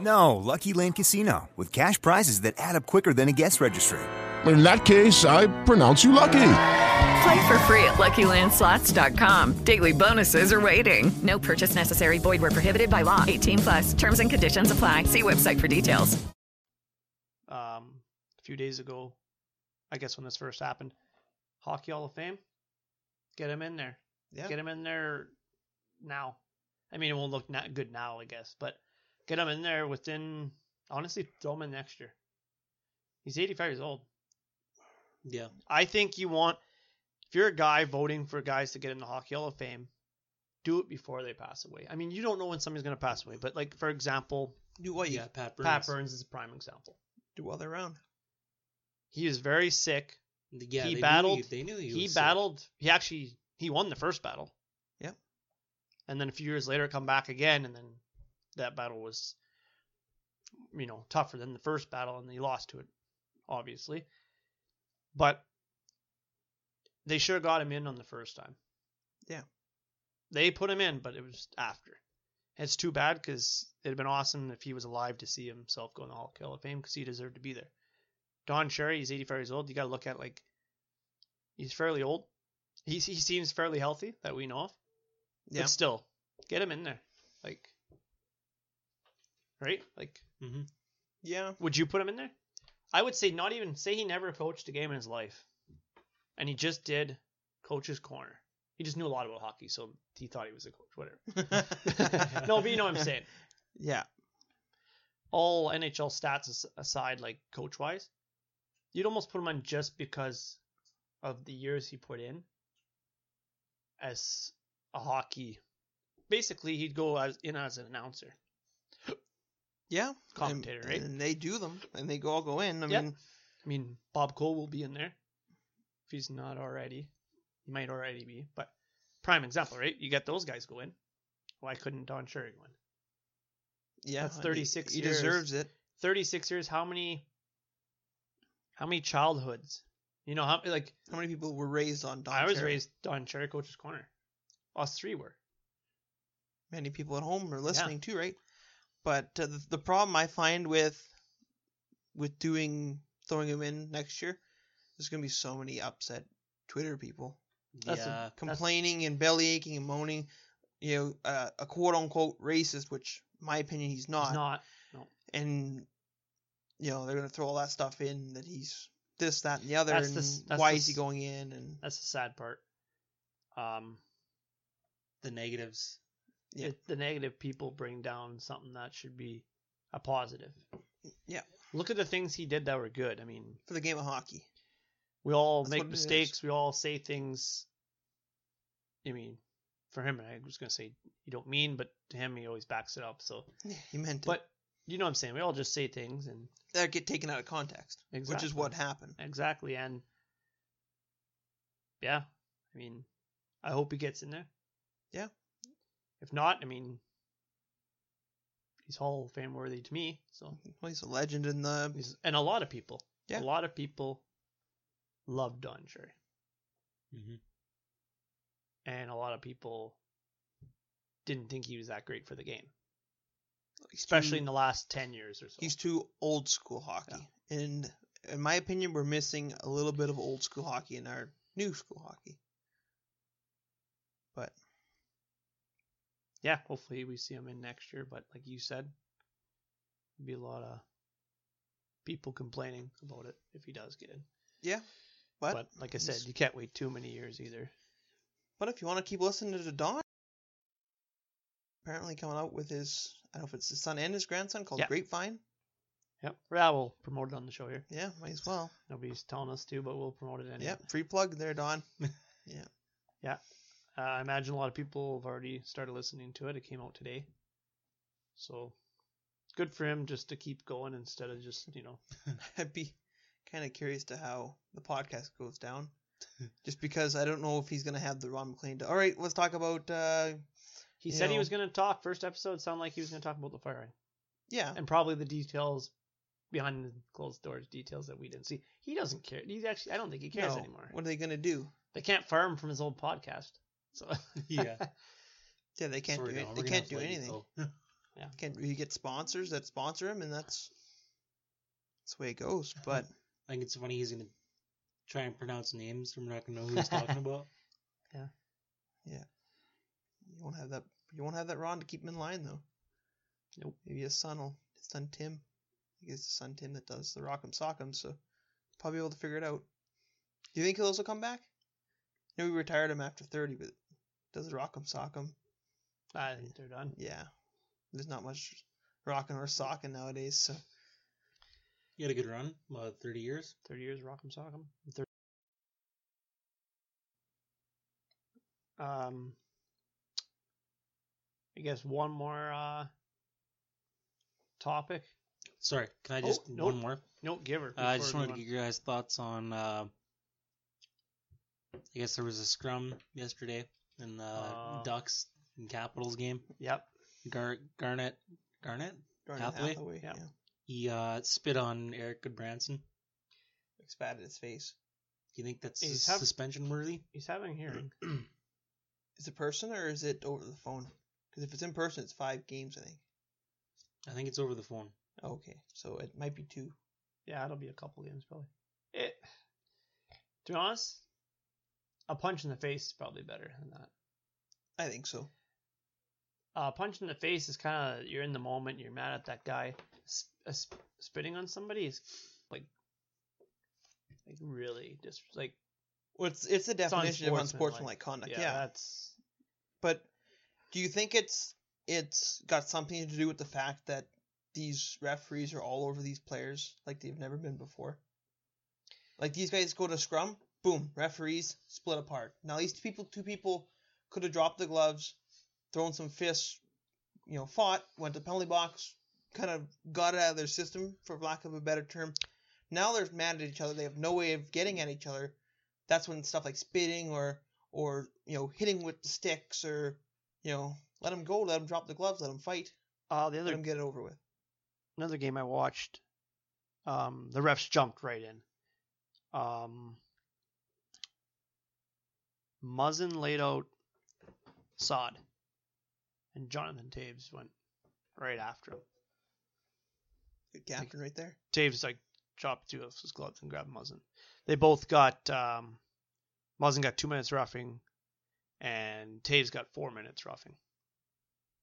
No, Lucky Land Casino, with cash prizes that add up quicker than a guest registry.
In that case, I pronounce you lucky.
Play for free at LuckyLandSlots.com. Daily bonuses are waiting. No purchase necessary. Void were prohibited by law. 18 plus. Terms and conditions apply. See website for details.
um, a few days ago, I guess when this first happened, Hockey Hall of Fame. Get him in there.
Yeah.
Get him in there now. I mean, it won't look not good now, I guess, but get him in there within. Honestly, throw him in next year. He's 85 years old.
Yeah.
I think you want if you're a guy voting for guys to get in the Hockey Hall of Fame, do it before they pass away. I mean, you don't know when somebody's going to pass away, but like for example,
Do what you
Yeah, Pat Burns.
Pat Burns is a prime example.
do while they're around.
He was very sick.
Yeah,
he
they
battled.
Knew, they knew he,
he,
was sick.
battled. He actually he won the first battle.
Yep.
And then a few years later, come back again, and then that battle was, you know, tougher than the first battle, and he lost to it, obviously. But they sure got him in on the first time.
Yeah.
They put him in, but it was after. It's too bad because it'd have been awesome if he was alive to see himself go in the Hall of Fame because he deserved to be there. Don Cherry, he's 85 years old. You got to look at like he's fairly old. He he seems fairly healthy that we know of.
Yeah,
But still, get him in there. Like, right? Like,
Mhm.
yeah,
would you put him in there? I would say not even say he never coached a game in his life, and he just did coach's corner. He just knew a lot about hockey, so he thought he was a coach. Whatever. no, but you know what I'm saying.
yeah,
all NHL stats as- aside, like coach wise, you'd almost put him on just because of the years he put in as a hockey. Basically, he'd go as in as an announcer.
yeah.
Commentator,
and,
right?
And they do them, and they go all go in. I
Yep.
mean,
I mean, Bob Cole will be in there if he's not already. He might already be, but prime example, right? You get those guys going. Why couldn't Don Cherry win?
yeah,
That's
I mean,
36
He
years.
deserves it.
36 years. How many? How many childhoods? You know how like
How many people were raised on Don?
I was
Cherry?
raised on Cherry Coach's Corner. Us three were.
many people at home are listening too, right? But uh, the, the problem I find with with doing throwing him in next year, there's gonna be so many upset Twitter people
That's a-
yeah.
complaining and belly aching and moaning. You know, uh, a quote unquote racist, which in my opinion he's not.
He's not.
And you know they're gonna throw all that stuff in that he's this, that, and the other,
That's
and
the s- that's
why
the
is he
s-
going in? And
That's the sad part. Um,
the negatives.
Yeah.
it- the negative people bring down something that should be a positive.
yeah,
Look at the things he did that were good. I mean,
for the game of hockey,
we all
That's what
make
it is.
mistakes. We all say things. I mean, for him, I was gonna say you don't mean, but to him, he always backs it up. So,
he meant it.
but you know what I'm saying. We all just say things, and
that get taken out of context, which
Exactly.
is what happened.
Exactly, and yeah, I mean, I hope he gets in there.
Yeah.
If not, I mean, he's Hall of Fame worthy to me. So
he's a legend in the
and a lot of people. Yeah. a lot of people love Don Cherry, Mm-hmm. and a lot of people didn't think he was that great for the game, especially in the last ten years or so.
He's too old school hockey, and in my opinion, we're missing a little bit of old school hockey in our new school hockey. But
yeah, hopefully we see him in next year. But like you said, there'll be a lot of people complaining about it if he does get in.
yeah,
But,
but
like I said, you can't wait too many years either.
But if you want to keep listening to Don, apparently coming out with his, I don't know if it's his son and his grandson called
Yeah.
Grapevine.
Yep. Yeah, we'll promote it on the show here.
Yeah, might as well.
Nobody's telling us to, but we'll promote it anyway.
Yep, free plug there, Don. yeah.
Yeah. Uh, I imagine a lot of people have already started listening to it. It came out today. So it's good for him just to keep going instead of just, you know,
I'd be kind of curious to how the podcast goes down, just because I don't know if he's gonna have the Ron McLean. all right, let's talk about. Uh,
He
you
said he
know-
was going to talk. First episode sounded like he was going to talk about the firing.
Yeah.
And probably the details behind the closed doors, details that we didn't see. He doesn't care. He's actually, I don't think he cares
No.
anymore.
What are they gonna do?
They can't fire him from his old podcast. So
Yeah.
Yeah, they can't
Sorry,
do it.
Don, we're
They
gonna
can't
have
do
to let you
anything.
go.
yeah.
Can't you get sponsors that sponsor him, and that's that's the way it goes. But
I think it's funny he's gonna try and pronounce names. and We're not gonna know who he's talking about.
Yeah.
Yeah. You won't have that. You won't have that Ron to keep him in line though.
Nope.
Maybe his son will. His son Tim. I think it's his son Tim that does the Rock'em Sock'em, so probably able to figure it out. Do you think he'll also come back? I know we retired him after thirty, but does the Rock'em Sock'em?
I think they're done.
Yeah. There's not much rocking or socking nowadays, so
You had a good run, about thirty years.
30 years Rock'em Sock'em. 30. Um, I guess one more uh, topic.
Sorry, can I
Oh,
just
nope.
one more?
No, give her.
Uh, I just
before we
wanted to
go
get your guys' thoughts on. Uh, I guess there was a scrum yesterday in the
Uh,
Ducks and Capitals game.
Yep.
Gar- Garnett, Garnett,
Darnell
Hathaway.
Hathaway,
Yeah.
yeah.
He uh, spit on Eric Goodbranson.
Expat his face.
Do you think that's
He's
sus-
have-
suspension worthy?
on. He's having a hearing.
Is it person or is it over the phone? Because if it's in person, it's five games, I think.
I think it's over the phone.
Okay, so it might be two.
yeah, it'll be a couple games probably. It, to be honest, a punch in the face is probably better than that.
I think so.
uh, punch in the face is kind of you're in the moment, you're mad at that guy. Sp- uh, sp- spitting on somebody is like, like really just like
Well, it's it's the
It's on
definition of
sportsmanlike.
unsportsmanlike conduct.
yeah,
Yeah,
that's
but do you think it's it's got something to do with the fact that these referees are all over these players like they've never been before? Like these guys go to scrum, boom, referees split apart. Now these two people, two people could have dropped the gloves, thrown some fists, you know, fought, went to penalty box, kind of got it out of their system for lack of a better term. Now they're mad at each other. They have no way of getting at each other. That's when stuff like spitting or or you know hitting with the sticks or you know let them go, let them drop the gloves, let them fight,
uh, the
let
other
them get it over with.
another game I watched. Um, the refs jumped right in. Um, Muzzin laid out Sod, and Jonathan Taves went right after him.
Good captain right there.
Taves like chopped two of his gloves and grabbed Muzzin. They both got um, Muzzin got two minutes roughing, and Taves got four minutes roughing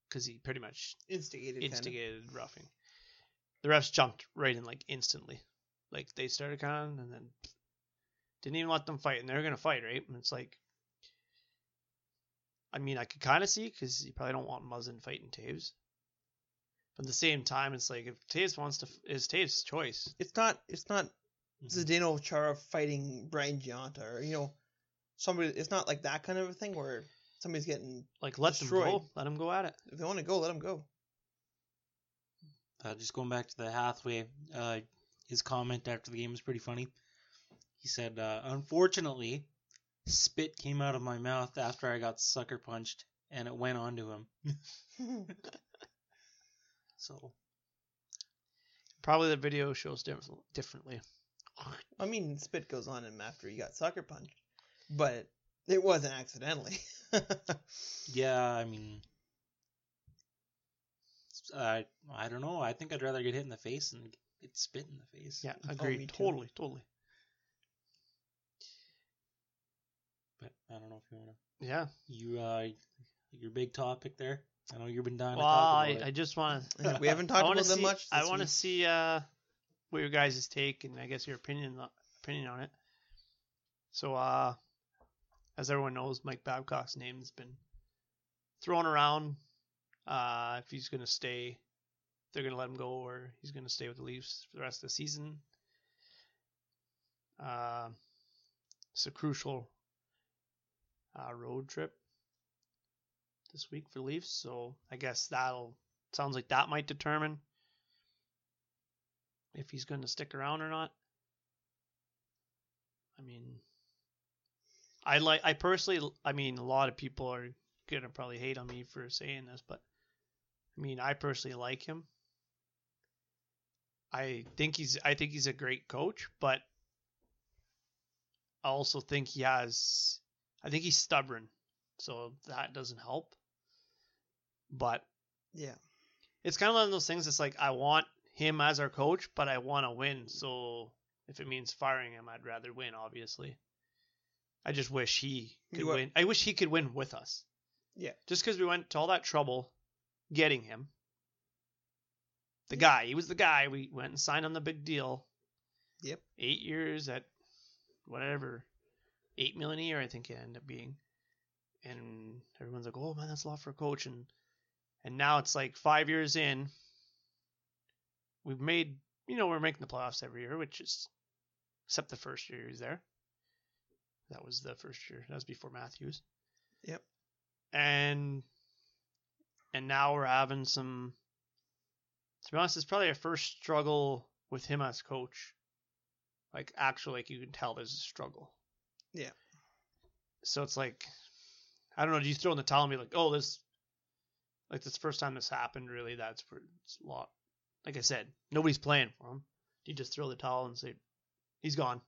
because he pretty much
Instigated. Instigated.
instigated roughing. The refs jumped right in like instantly, like they started kind of, and then didn't even let them fight, and they were gonna fight right, and it's like. I mean, I could kind of see because you probably don't want Muzzin fighting Taves, but at the same time, it's like if Taves wants to, it's Taves' choice.
It's not. It's not
Mm-hmm.
Zdeno Chara fighting Brian Giunta or you know somebody. It's not like that kind of a thing where somebody's getting.
Like let them
Destroyed.
go. Let them go at it.
If they want to go, let them go.
Uh, just going back to the Hathaway, uh, his comment after the game was pretty funny. He said, uh, "Unfortunately, spit came out of my mouth after I got sucker punched, and it went onto him. so
Probably the video shows diff- differently.
I mean, spit goes on him after he got sucker punched, but it wasn't accidentally.
yeah, I mean, I I don't know. I think I'd rather get hit in the face than get spit in the face.
Yeah, agreed. totally, totally.
But I don't know if you want to.
Yeah.
You uh, your big topic there. I know you've been dying
Well,
to talk
I,
about it.
I just want to.
Yeah, we haven't talked
I wanna
about them
see-
much
I
this
want to
week.
see uh, what your guys' take and I guess your opinion on- opinion on it. So, uh, as everyone knows, Mike Babcock's name has been thrown around. Uh, if he's going to stay, they're going to let him go, or he's going to stay with the Leafs for the rest of the season. Uh, it's a crucial uh, road trip this week for Leafs. So I guess that'll sounds like that might determine if he's going to stick around or not. I mean, I like I personally I mean a lot of people are gonna probably hate on me for saying this, but I mean I personally like him. I think he's I think he's a great coach, but I also think he has I think he's stubborn, so that doesn't help. But
yeah,
it's kind of one of those things. It's like I want him as our coach, but I want to win. So if it means firing him, I'd rather win. Obviously, I just wish he could
You are-
win. I wish he could win with us.
Yeah.
Just because we went to all that trouble getting him, the guy he was the guy. We went and signed on the big deal.
Yep.
Eight years at whatever, eight million a year. I think it ended up being. And everyone's like, "Oh man, that's a lot for a coach." And and now it's like five years in. We've made, you know, we're making the playoffs every year, which is, except the first year he was there. That was the first year. That was before Matthews.
Yep.
And and now we're having some. To be honest, it's probably our first struggle with him as coach. Like actually, like you can tell there's a struggle.
yeah.
So it's like, I don't know. Do you throw in the towel and be like, oh, this, like this first time this happened? Really, that's where it's a lot. Like I said, nobody's playing for him. Do you just throw the towel and say, he's gone?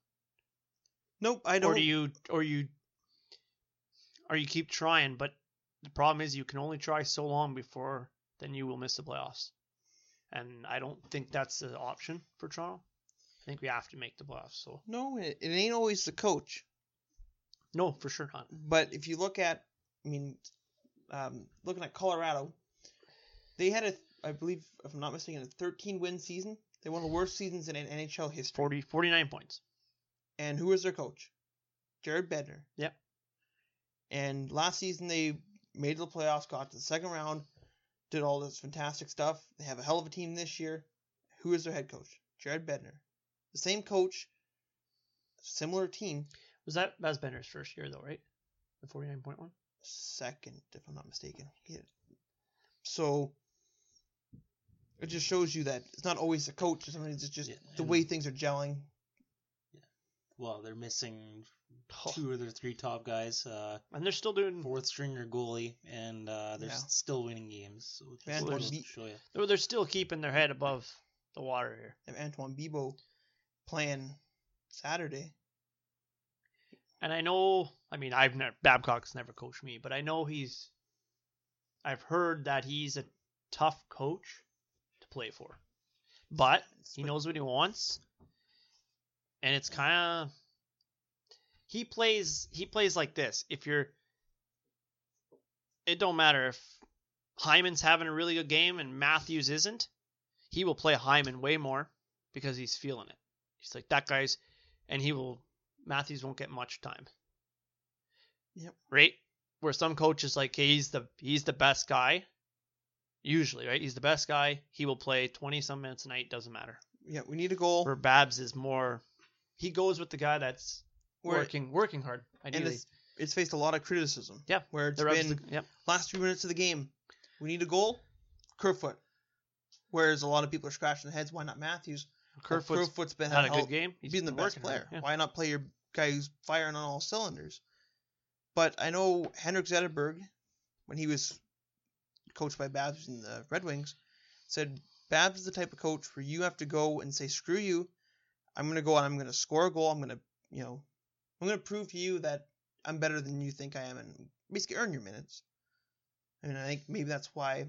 Nope, I
Or
don't.
do you, or you, or you keep trying, but the problem is you can only try so long before then you will miss the playoffs. And I don't think that's the option for Toronto. I think we have to make the playoffs. So
No, it, it ain't always the coach.
no, for sure not.
But if you look at, I mean, um, looking at Colorado, they had a, I believe, if I'm not mistaken, a 13 win season. They won the worst seasons in NHL history.
40, 49 points.
And who was their coach? Jared Bednar.
Yep.
And last season they made the playoffs, got to the second round, did all this fantastic stuff. They have a hell of a team this year. Who is their head coach? Jared Bednar. The same coach, similar team,
Was that that's Bender's first year though, right? The forty nine point one.
second, if I'm not mistaken. He had- So it just shows you that it's not always the coach. Sometimes it's just the way things are gelling.
well, they're missing
Oh.
two of their three top guys. Uh,
and they're still doing
fourth stringer goalie, and uh, they're
Yeah.
still winning games. So it
Van
just goes
Horn
to
beat-
show you.
They're, they're still keeping their head above the water here.
They have Antoine Bebo playing Saturday.
And I know, I mean, I've never Babcock's never coached me, but I know he's. I've heard that he's a tough coach to play for, but he knows what he wants, and it's kind of. He plays. He plays like this. If you're. It don't matter if Hyman's having a really good game and Matthews isn't. He will play Hyman way more because he's feeling it. He's like that guy's, and he will Matthews won't get much time.
Yep.
Right? Where some coach is like, hey, he's the he's the best guy. Usually, right? He's the best guy. He will play twenty some minutes a night, doesn't matter.
Yeah, we need a goal.
Where Babs is more he goes with the guy that's
Where-
working working hard.
and
Ideally.
it's, it's faced a lot of criticism.
Yeah.
Where it's
The refs-
been
yep.
last few minutes of the game, we need a goal, Kerfoot. Whereas a lot of people are scratching their heads, why not Matthews? Well,
Kerfoot's
Kerfoot's been
had a
hell-
good game.
He's
He's
been the
been
best
working hard,
player.
yeah.
Why not play your guy who's firing on all cylinders? But I know Henrik Zetterberg, when he was coached by Babs in the Red Wings, said Babs is the type of coach where you have to go and say, "Screw you, I'm gonna go and I'm gonna score a goal. I'm gonna, you know, I'm gonna prove to you that I'm better than you think I am, and basically earn your minutes." I mean, I think maybe that's why.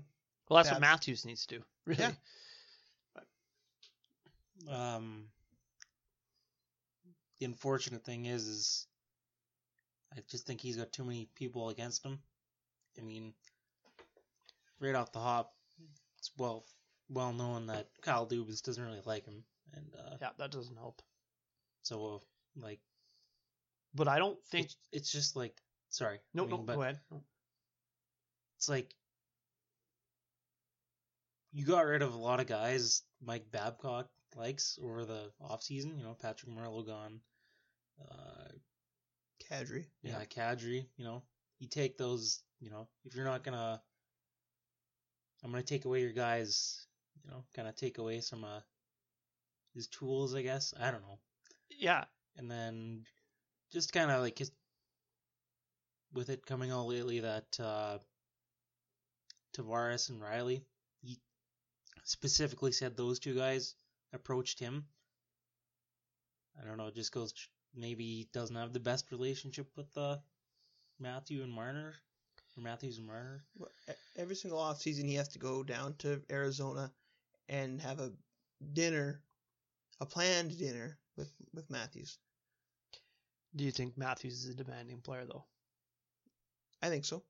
Well, that's what
Babs-
Matthews needs to do. Really.
Yeah.
Um, the unfortunate thing is, is I just think he's got too many people against him. I mean, right off the hop, it's well well known that Kyle Dubas doesn't really like him, and uh,
Yeah, that doesn't help.
so uh, like,
But I don't think.
it's, it's just like, sorry,
No,
I mean,
no,
but
go ahead.
It's like you got rid of a lot of guys Mike Babcock likes over the offseason. You know, Patrick Merlo gone. Uh,
Kadri.
yeah, Kadri. You know, you take those. You know, if you're not gonna, I'm gonna take away your guys. You know, kind of take away some uh his tools, I guess. I don't know.
Yeah.
And then just kind of like his, with it coming out lately that uh Tavares and Riley, he specifically said those two guys approached him. I don't know. It just goes. Maybe he doesn't have the best relationship with uh, Matthew and Marner, or Matthews and Marner.
Well, e- Every single off season, he has to go down to Arizona and have a dinner, a planned dinner with with Matthews.
Do you think Matthews is a demanding player though?
I think so.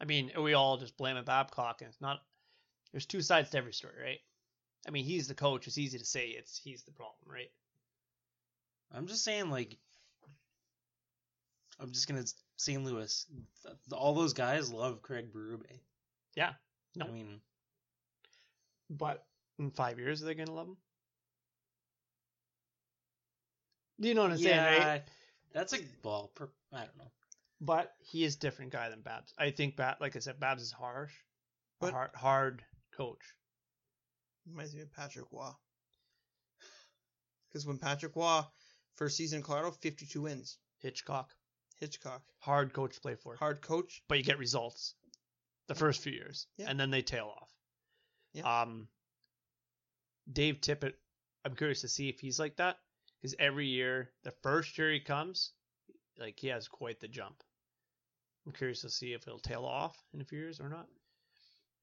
I mean, we all just blame it Babcock, and it's not. There's two sides to every story, right? I mean, he's the coach. It's easy to say it's he's the problem, right?
I'm just saying, like, I'm just gonna St. Louis. Th- All those guys love Craig Berube.
Yeah. No.
I mean,
But in five years, are they gonna love him? Do you know what I'm saying, right?
That's a ball. Per, I don't know.
But he is a different guy than Babs. I think Bab, like I said, Babs is harsh, a
But-
hard, hard coach.
Reminds me of Patrick Waugh. Because when Patrick Waugh first season in Colorado, 52 wins.
Hitchcock,
Hitchcock,
hard coach to play for,
hard coach.
but you get results the first few years,
Yeah.
and then they tail off.
Yeah.
Um, Dave Tippett, I'm curious to see if he's like that because every year, the first year he comes, like he has quite the jump. I'm curious to see if it'll tail off in a few years or not.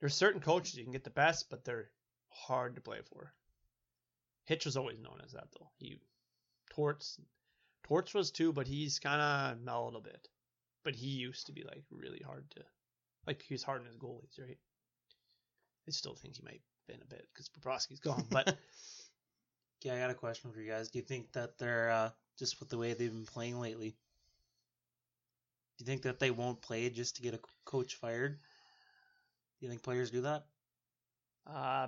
There's certain coaches you can get the best, but they're hard to play for. Hitch was always known as that though. He Torts Torts was too, but he's kind of mellowed a bit. But he used to be like really hard to, like he was hard on his goalies, right? I still think he might been a bit because Bobrovsky's gone, but
Okay, I got a question for you guys. Do you think that they're uh, just with the way they've been playing lately? Do you think that they won't play just to get a c- coach fired? Do you think players do that?
uh,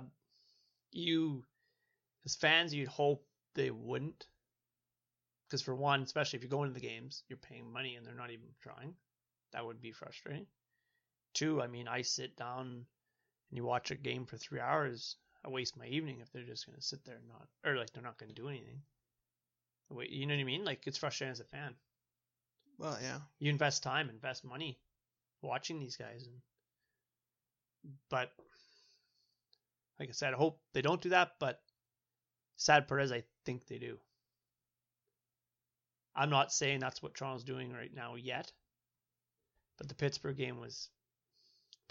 you as fans, you'd hope they wouldn't, because for one, especially if you go into the games, you're paying money and they're not even trying. That would be frustrating. Two, I mean, I sit down and you watch a game for three hours. I waste my evening if they're just gonna sit there and not, or like they're not gonna do anything. Wait, you know what I mean? Like it's frustrating as a fan.
Well, yeah.
You invest time, invest money, watching these guys, and but like I said, I hope they don't do that. But sad part is, I think they do. I'm not saying that's what Toronto's doing right now yet, but the Pittsburgh game was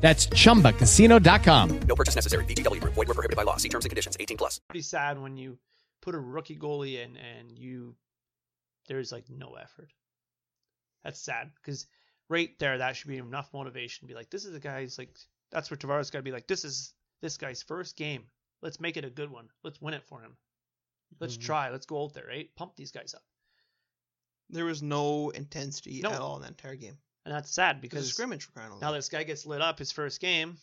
That's chumbacasino.com.
No purchase necessary. VGW Group. Void were prohibited by law. See terms and conditions. 18 plus.
pretty sad when you put a rookie goalie in and you there's like no effort. That's sad because right there that should be enough motivation to be like this is the guy's like that's where Tavares got to be like this is this guy's first game. Let's make it a good one. Let's win it for him. Let's try. Let's go out there, right? Pump these guys up.
There was no intensity
No.
at all in that entire game.
And that's sad
Because
because
a scrimmage for crying out
now
loud.
this guy gets lit up his first game.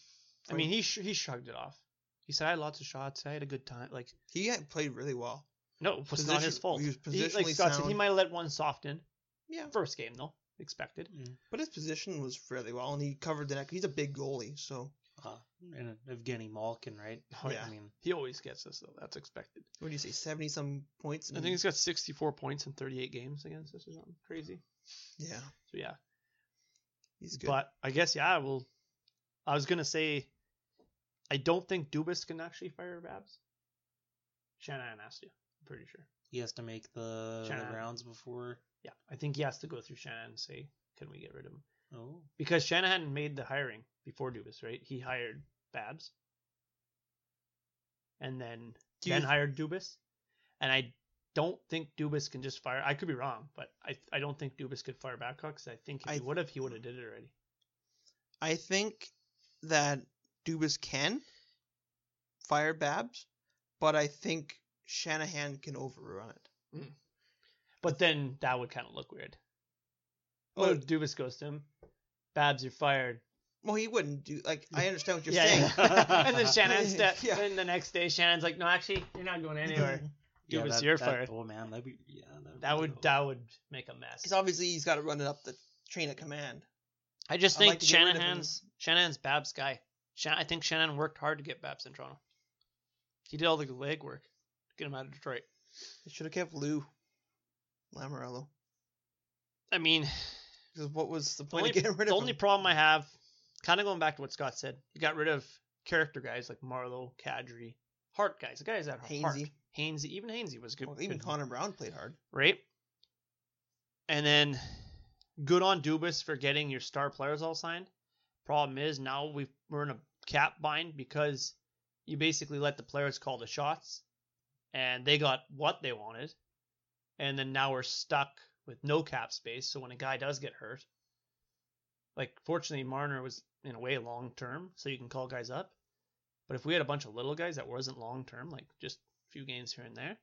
I mean, he sh- he shrugged it off. He said, "I had lots of shots. I had a good time." Like
he had played really well.
No, it was not his
Position-
fault.
he was
like
positionally
Scott said, he
sound.
might have let one soft in.
Yeah.
First game though, expected.
But his position was fairly well, and he covered the neck. He's a big goalie, so.
Uh, and Evgeny Malkin, right?
Oh, yeah.
I mean,
He always gets us though. That's expected.
What do you say, seventy some points?
I think he's got 64 points in 38 games against us or something crazy.
Yeah.
So yeah.
He's good.
But I guess yeah, well I was gonna say I don't think Dubas can actually fire Babs. Shanahan has to, I'm pretty sure.
he has to make the, the
Shanahan.
rounds before.
Yeah. I think he has to go through Shanahan and say, Can we get rid of him?
Oh,
Because Shanahan made the hiring before Dubas, right? He hired Babs. And then
Do
then
you-
hired Dubas. And I don't think Dubas can just fire I could be wrong, but I I don't think Dubas could fire Babcock 'cause I think if
I
he would have he would have did it already.
I think that Dubas can fire Babs, but I think Shanahan can overrun it.
But then that would kind of look weird.
Well-
Well, Dubas goes to him. Babs, you're fired.
Well, he wouldn't do like I understand what you're
Yeah,
saying.
yeah. and then Shannon,
Yeah.
sta- then the next day, Shannon's like, "No, actually, you're not going anywhere.
yeah,
Dubas,
that-
you're
that-
fired."
Oh man, that'd be yeah. That'd
That
be
would
dope.
that would make a mess.
Because obviously he's got to run it up the chain of command.
I just
I'd
think
like to get rid of him.
Shanahan's Shanahan's Babs guy. Shan- I think Shannon worked hard to get Babs in Toronto. He did all the legwork to get him out of Detroit.
They should have kept Lou Lamorello.
I mean,
Because what was the
the
point
only,
of getting rid
the
of
only
him?
problem I have, kind of going back to what Scott said, you got rid of character guys like Marlowe, Kadri, Hart guys, the guys that have heart.
Hainsey.
Hainsey, even Hainsey was good.
Well, even
good-
Connor Brown played hard.
right? And then good on Dubas for getting your star players all signed. Problem is now we we're in a cap bind because you basically let the players call the shots, and they got what they wanted, and then now we're stuck with no cap space. So when a guy does get hurt, like fortunately Marner was in a way long term, so you can call guys up. But if we had a bunch of little guys that wasn't long term, like just a few games here and there,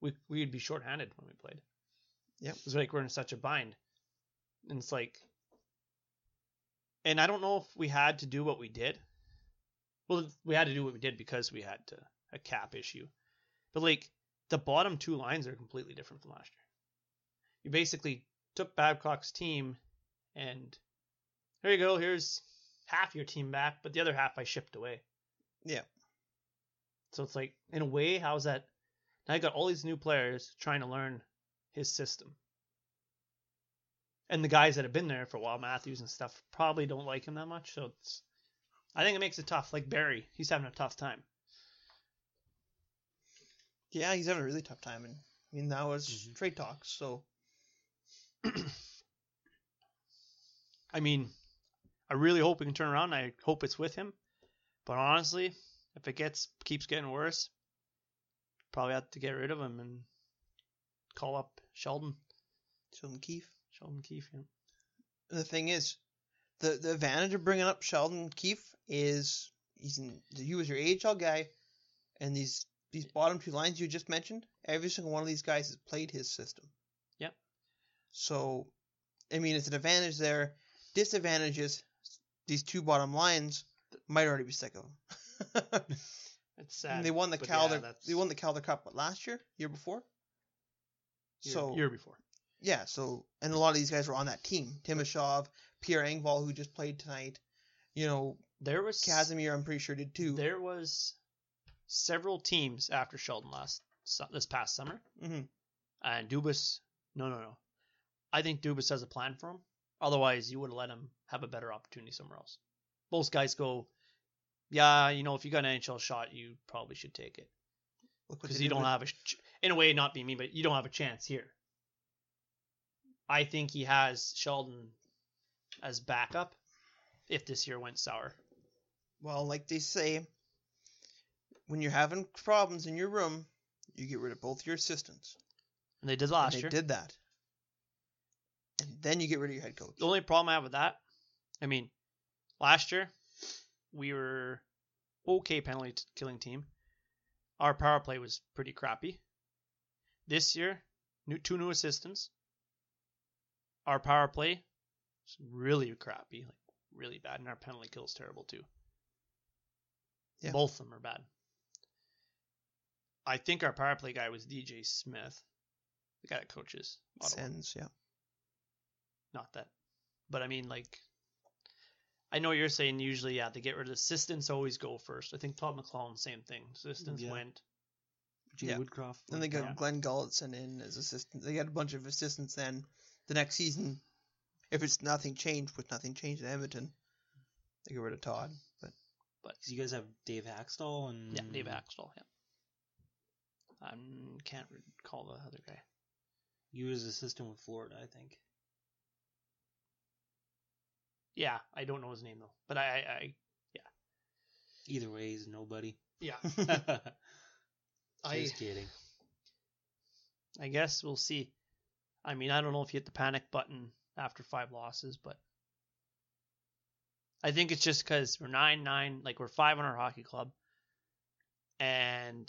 we we'd be shorthanded when we played.
Yep.
It's like we're in such a bind. And it's like and I don't know if we had to do what we did. Well, we had to do what we did because we had to, a cap issue. But like the bottom two lines are completely different from last year. You basically took Babcock's team and here you go, here's half your team back, but the other half I shipped away.
Yeah.
So it's like, in a way, how's that? Now you got all these new players trying to learn his system. And the guys that have been there for a while, Matthews and stuff, probably don't like him that much. So it's, I think it makes it tough. Like Barry, he's having a tough time.
Yeah, he's having a really tough time, and I mean that was
Mm-hmm.
trade talks. So
I mean, I really hope we can turn around. and I hope it's with him. But honestly, if it gets keeps getting worse, probably have to get rid of him and call up Sheldon,
Sheldon Keefe.
Sheldon Keefe. Yeah.
And the thing is, the the advantage of bringing up Sheldon Keefe is he's in, he was your AHL guy, and these these bottom two lines you just mentioned, every single one of these guys has played his system.
Yep.
So, I mean, it's an advantage there. Disadvantage is these two bottom lines might already be sick of him.
It's
And
sad.
they won the
but
Calder.
that's
they won the Calder Cup what, last year, year before.
year-
so
year before.
yeah, so and a lot of these guys were on that team. Timoshov, Pierre Engvall, who just played tonight. You know,
There was
Casimir, I'm pretty sure did too.
there was several teams after Sheldon last su- this past summer,
hmm
and Dubas. No, no, no. I think Dubas has a plan for him. Otherwise, you would have let him have a better opportunity somewhere else. Both guys go, yeah, you know, if you got an NHL shot, you probably should take it
Look what
because
they
you
did
don't
with-
have a, ch- in a way, not be me, but you don't have a chance here. I think he has Sheldon as backup if this year went sour.
Well, like they say, when you're having problems in your room, you get rid of both your assistants.
And they did
And
last
they
year.
did that, and then you get rid of your head coach.
The only problem I have with that, I mean, last year we were okay penalty t- killing team. Our power play was pretty crappy. This year, new two new assistants. Our power play is really crappy, like really bad, and our penalty kill is terrible too.
Yeah.
Both of them are bad. I think our power play guy was DJ Smith, the guy that coaches. Ottawa.
Sens, yeah.
Not that, but I mean, like, I know what you're saying. Usually, yeah, they get rid of assistants. Always go first. I think Todd McClellan, same thing. Assistants
Yeah.
went.
Gene
Yeah.
Woodcroft.
Then they got
Yeah.
Glenn Gullitson in as assistant. They got a bunch of assistants. Then the next season, if it's nothing changed, with nothing changed in Edmonton, they get rid of Todd. But
But
'Cause you guys have Dave Haxtell and
yeah, Dave Axtell. Yeah, I can't recall the other guy.
You as assistant with Florida, I think.
Yeah, I don't know his name though. But I, I, I
Either way, he's nobody.
yeah. I
Just kidding.
I guess we'll see. I mean, I don't know if you hit the panic button after five losses, but I think it's just because we're nine nine, like we're five on our hockey club, and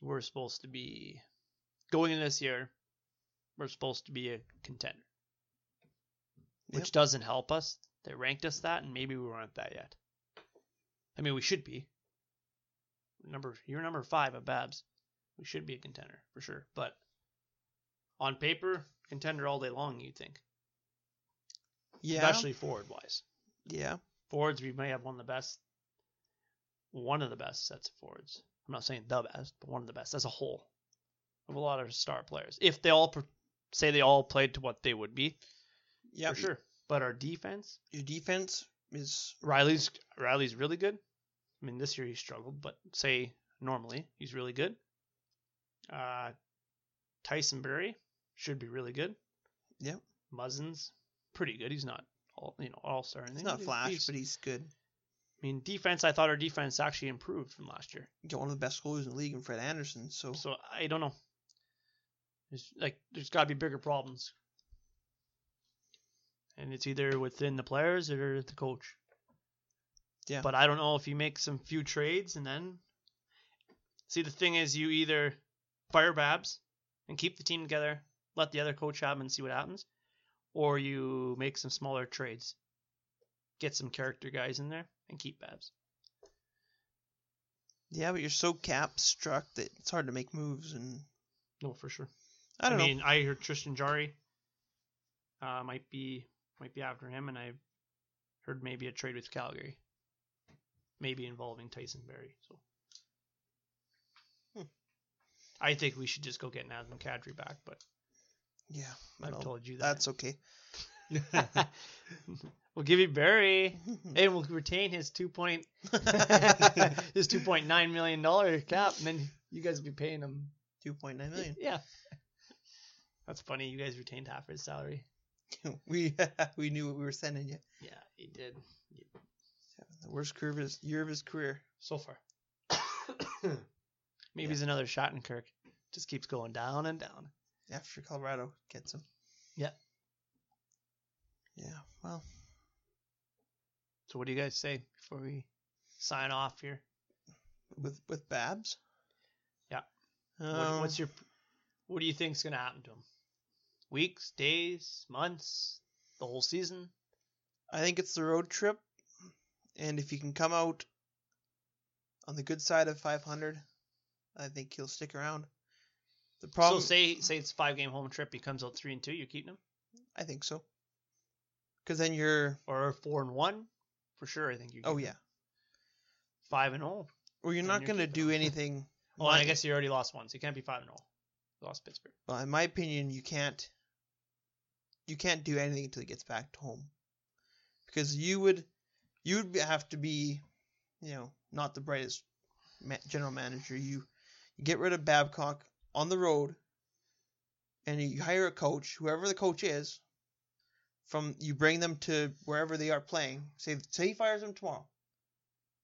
we're supposed to be going in this year. We're supposed to be a contender, which
Yep.
doesn't help us. They ranked us that, and maybe we weren't that yet. I mean, we should be. Number you're number five at Babs. We should be a contender for sure, but on paper, contender all day long. You think,
yeah,
especially forward wise.
yeah,
Forwards, we may have one of the best, one of the best sets of forwards. I'm not saying the best, but one of the best as a whole of a lot of star players. If they all per- say they all played to what they would be,
yeah,
for sure. But our defense,
Your defense is
Riley's Riley's really good. I mean, this year he struggled, but say normally he's really good. Uh, Tyson Berry should be really good.
yeah,
Muzzins, pretty good. He's not all you know all star.
it's not flash, but he's good.
I mean, defense. I thought our defense actually improved from last year.
You got one of the best scorers in the league in Fred Anderson. So
So I don't know. There's like there's got to be bigger problems, and it's either within the players or the coach.
yeah,
But I don't know if you make some few trades and then see the thing is you either fire Babs and keep the team together, let the other coach have him and see what happens, or you make some smaller trades, get some character guys in there and keep Babs.
yeah, but you're so cap struck that it's hard to make moves. And
No, for sure.
I don't
mean,
know.
I heard Tristan Jari uh, might be might be after him, and I heard maybe a trade with Calgary, maybe involving Tyson Berry. So
Hmm.
I think we should just go get Nazem Kadri back, but
Yeah,
I've
well,
told you that.
That's okay.
we'll give you Berry, and we'll retain his two point his two point nine million dollar cap, and then you guys will be paying him.
Two point nine million.
Yeah, that's funny. You guys retained half his salary.
we we knew what we were sending you.
Yeah, he did.
The worst career of his, year of his career.
So far. Maybe he's another Shattenkirk. Just keeps going down and down.
after Colorado gets him.
Yeah.
Yeah. Well,
So what do you guys say before we sign off here?
with with Babs.
Yeah.
Um,
what, what's your what do you think's gonna happen to him? Weeks, days, months, the whole season?
I think it's the road trip, and if he can come out on the good side of 500, I think he'll stick around. The problem,
so say say it's a five game home trip, he comes out three and two, you're keeping him?
I think so, because then you're.
Or four and one? For sure I think you're
Oh
keeping
yeah.
him. Five and oh.
Well, you're
Then
not
you're
gonna
keeping
do
him.
anything.
Well, and I
Mike,
guess you already lost one, so you can't be five and oh. You lost Pittsburgh.
Well, in my opinion, you can't you can't do anything until he gets back to home, because you would you would be- have to be, you know, not the brightest ma- general manager. You, you get rid of Babcock on the road, and you hire a coach, whoever the coach is. From you bring them to wherever they are playing. Say say he fires them tomorrow.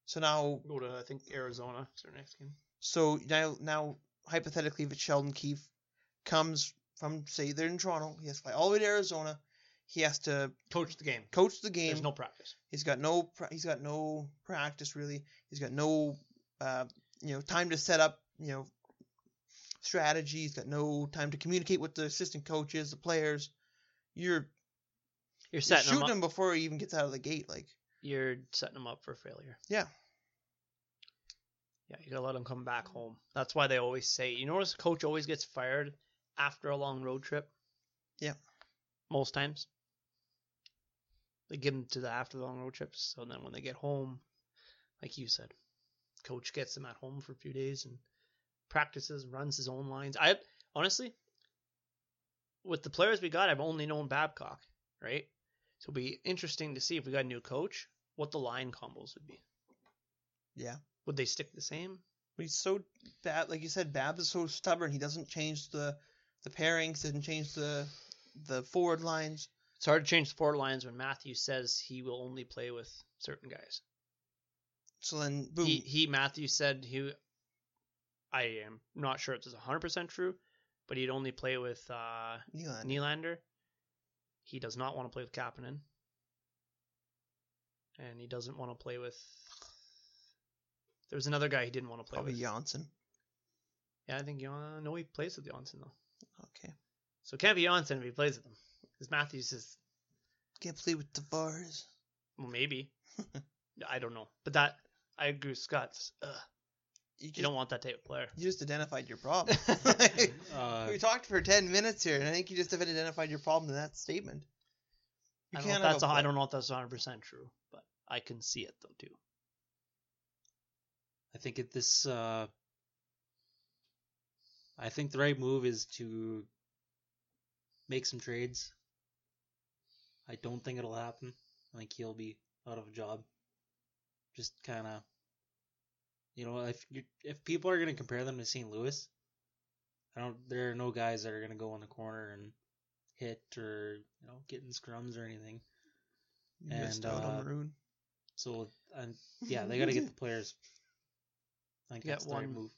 So now
Go to I think Arizona is their next game.
so now, now hypothetically, if it's Sheldon Keefe comes from, say, they're in Toronto, he has to fly all the way to Arizona. He has to
Coach the game.
coach the game.
There's no practice.
he's got no. pra- He's got no practice really. He's got no, uh, you know, time to set up. You know, strategy. He's got no time to communicate with the assistant coaches, the players. You're,
You're
you're
setting
shooting
him up.
him before he even gets out of the gate. Like,
You're setting him up for failure.
yeah,
Yeah, you gotta let them come back home. That's why they always say. You notice the coach always gets fired after a long road trip.
Yeah.
Most times. They give them to the after the long road trips. So then when they get home, like you said, coach gets them at home for a few days and practices, runs his own lines. I honestly, with the players we got, I've only known Babcock, right? So it'll be interesting to see if we got a new coach, what the line combos would be.
Yeah.
Would they stick the same?
But he's so bad. Like you said, Bab is so stubborn. He doesn't change the the pairings. Doesn't change the the forward lines.
It's hard to change the forward lines when Matthew says he will only play with certain guys.
So then, boom.
He, he Matthew said he. I am not sure if this is hundred percent true, but he'd only play with uh,
Nylander.
Nylander. He does not want to play with Kapanen, and he doesn't want to play with. There was another guy he didn't want to play
Probably
with.
Janssen.
Yeah, I think Jan. No, he plays with Janssen though.
Okay.
So it can't be Janssen if he plays with him, because Matthews is
Can't play with Tavares.
well, maybe. I don't know, but that I agree with Scott. Ugh.
You, just,
you don't want that type of player.
You just identified your problem.
Uh,
we talked for ten minutes here, and I think you just have identified your problem in that statement. You
I don't, know if
have
that's
a
a, I
plan.
don't know if that's 100 percent true, but I can see it though too.
I think if this, uh, I think the right move is to make some trades. I don't think it'll happen. I think he'll be out of a job. Just kind of, you know, if you if people are gonna compare them to St. Louis, I don't. There are no guys that are gonna go in the corner and hit or you know get in scrums or anything.
You missed out
uh,
on Maroon.
So and yeah, they gotta get the players. I think
You
that's
got
the right
one
move.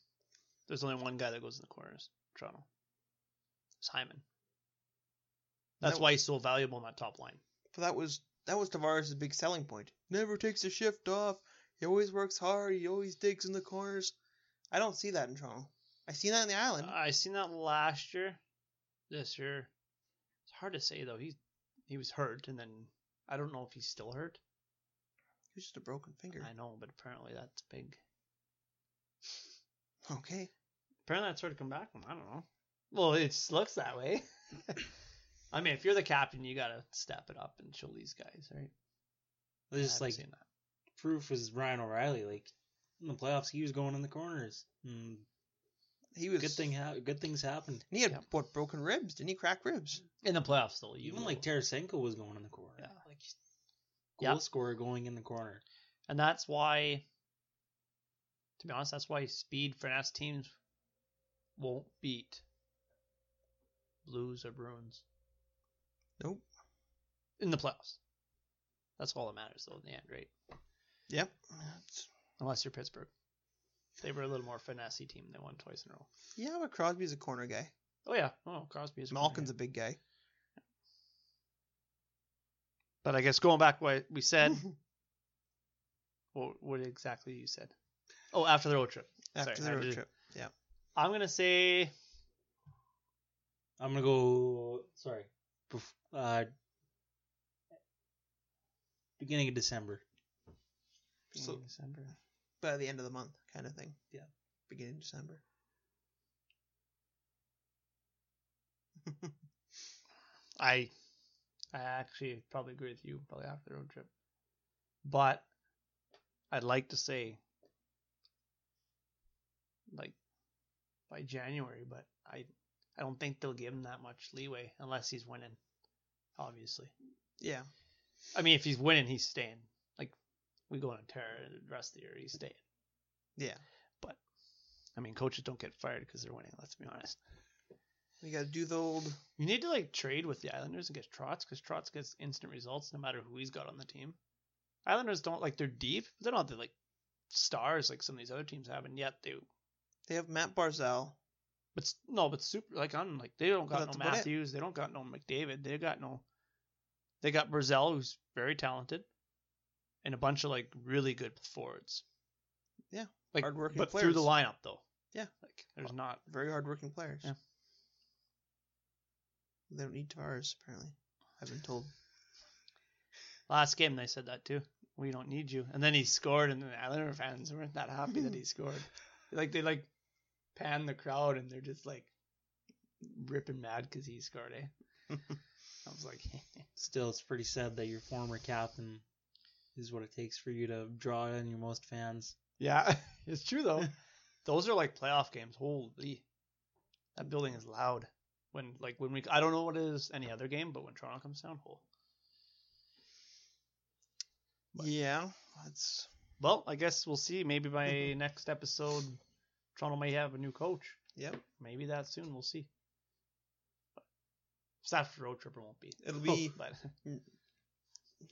There's only one guy that goes in the corners. Toronto. It's Hyman. That's
That-
why he's so valuable in that top line.
But that was that was Tavares' big selling point. Never takes a shift off. He always works hard. He always digs in the corners. I don't see that in Toronto. I see that in the Island.
I seen that last year. This year, it's hard to say though. He he was hurt, and then I don't know if he's still hurt.
He was just a broken finger.
I know, but apparently that's big.
Okay.
Apparently that's hard to come back from. I don't know. Well, it just looks that way. I mean, if you're the captain, you gotta step it up and show these guys, right?
Well,
I
Just
haven't
like
seen that.
proof was Ryan O'Reilly. Like in the playoffs, he was going in the corners. Mm,
He was
good thing. Ha- good things happened.
And he had what broken ribs? Didn't he crack ribs?
in the playoffs though. You
Even like Tarasenko was going in the corner.
Yeah.
Like
Yep.
goal scorer going in the corner.
And that's why, to be honest, that's why speed finesse teams won't beat Blues or Bruins
Nope.
in the playoffs. That's all that matters, though, in the end, right?
Yep. That's-
Unless you're Pittsburgh. They were a little more finesse team. They won twice in a row.
yeah, but Crosby's a corner guy.
Oh, yeah. Oh, Crosby is.
Malkin's a big guy.
But I guess going back to what we said, what, what exactly you said. Oh, after the road trip.
After
Sorry,
the
I
road
did-
trip. Yeah.
I'm going to say
I'm gonna go. Sorry. Bef- uh, beginning of December.
So
December.
by the end of the month, kind of thing.
Yeah.
Beginning of December.
I I actually probably agree with you probably after the road trip. But I'd like to say like by January, but I I don't think they'll give him that much leeway unless he's winning, obviously.
Yeah.
I mean if he's winning he's staying. Like we go on a tear the rest of the year, he's staying.
Yeah.
I mean coaches don't get fired because they're winning, let's be honest.
You gotta do the old
You need to like trade with the Islanders and get Trotz because Trotz gets instant results no matter who he's got on the team. Islanders don't like they're deep, but they're not the like stars like some of these other teams have, and yet they.
they have Matt Barzell.
But s- no, but super like I'm like they don't
But
got
that's
no
about it.
Matthews, they don't got no McDavid, they got no. They got Barzell, who's very talented, and a bunch of like really good forwards.
Yeah,
like
hardworking
but
players.
through the lineup though,
Yeah.
like there's not
Very hardworking players.
Yeah.
They don't need Tavares, apparently. I've been told.
last game they said that too. we don't need you. And then he scored, and the Islander fans weren't that happy that he scored. Like they like pan the crowd, and they're just like ripping mad because he scored. Eh? I was like,
Still, it's pretty sad that your former captain is what it takes for you to draw in your most fans.
yeah, it's true though. Those are like playoff games. Holy, that building is loud. When like when we, I don't know what it is any other game, but when Toronto comes down, whole.
Yeah, that's
Well, I guess we'll see. Maybe by next episode, Toronto may have a new coach.
Yep.
Maybe that soon. We'll see. It's not for road trip. It won't be. Oh,
It'll be-
but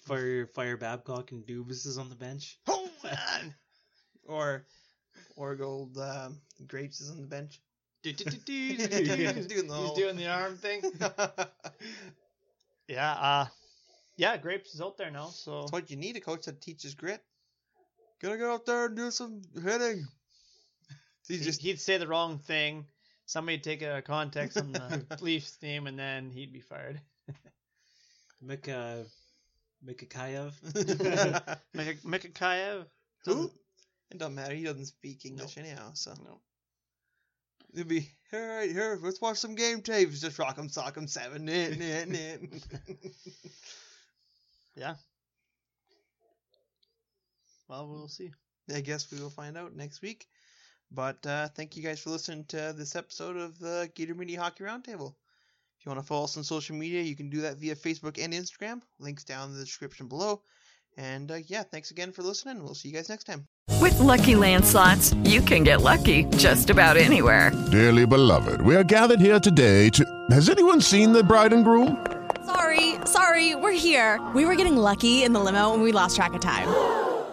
Fire, fire Babcock and Dubas is on the bench.
oh man, or or gold um, grapes is on the bench.
He's
doing the whole-
doing the arm thing. yeah. Uh, yeah. Grapes is out there now. So
That's what you need a coach that teaches grit. Gotta go out there and do some hitting.
he
just-
would say the wrong thing. Somebody'd take a context on the Leafs team, and then he'd be fired.
Mika, Mikakayev.
Mik- Mikhaev.
Who? It don't matter. He doesn't speak English anyhow, so
no.
It'd be all right. Here, let's watch some game tapes. Just rock 'em, sock 'em, seven, knit, knit, knit.
Yeah. Well, we'll see.
I guess we will find out next week. But uh, thank you guys for listening to this episode of the Gator Media Hockey Roundtable. If you want to follow us on social media, you can do that via Facebook and Instagram. Links down in the description below. And uh, yeah, thanks again for listening. We'll see you guys next time.
With Lucky Land slots, you can get lucky just about anywhere.
Dearly beloved, we are gathered here today to. Has anyone seen the bride and groom?
Sorry, sorry, we're here. We were getting lucky in the limo and we lost track of time.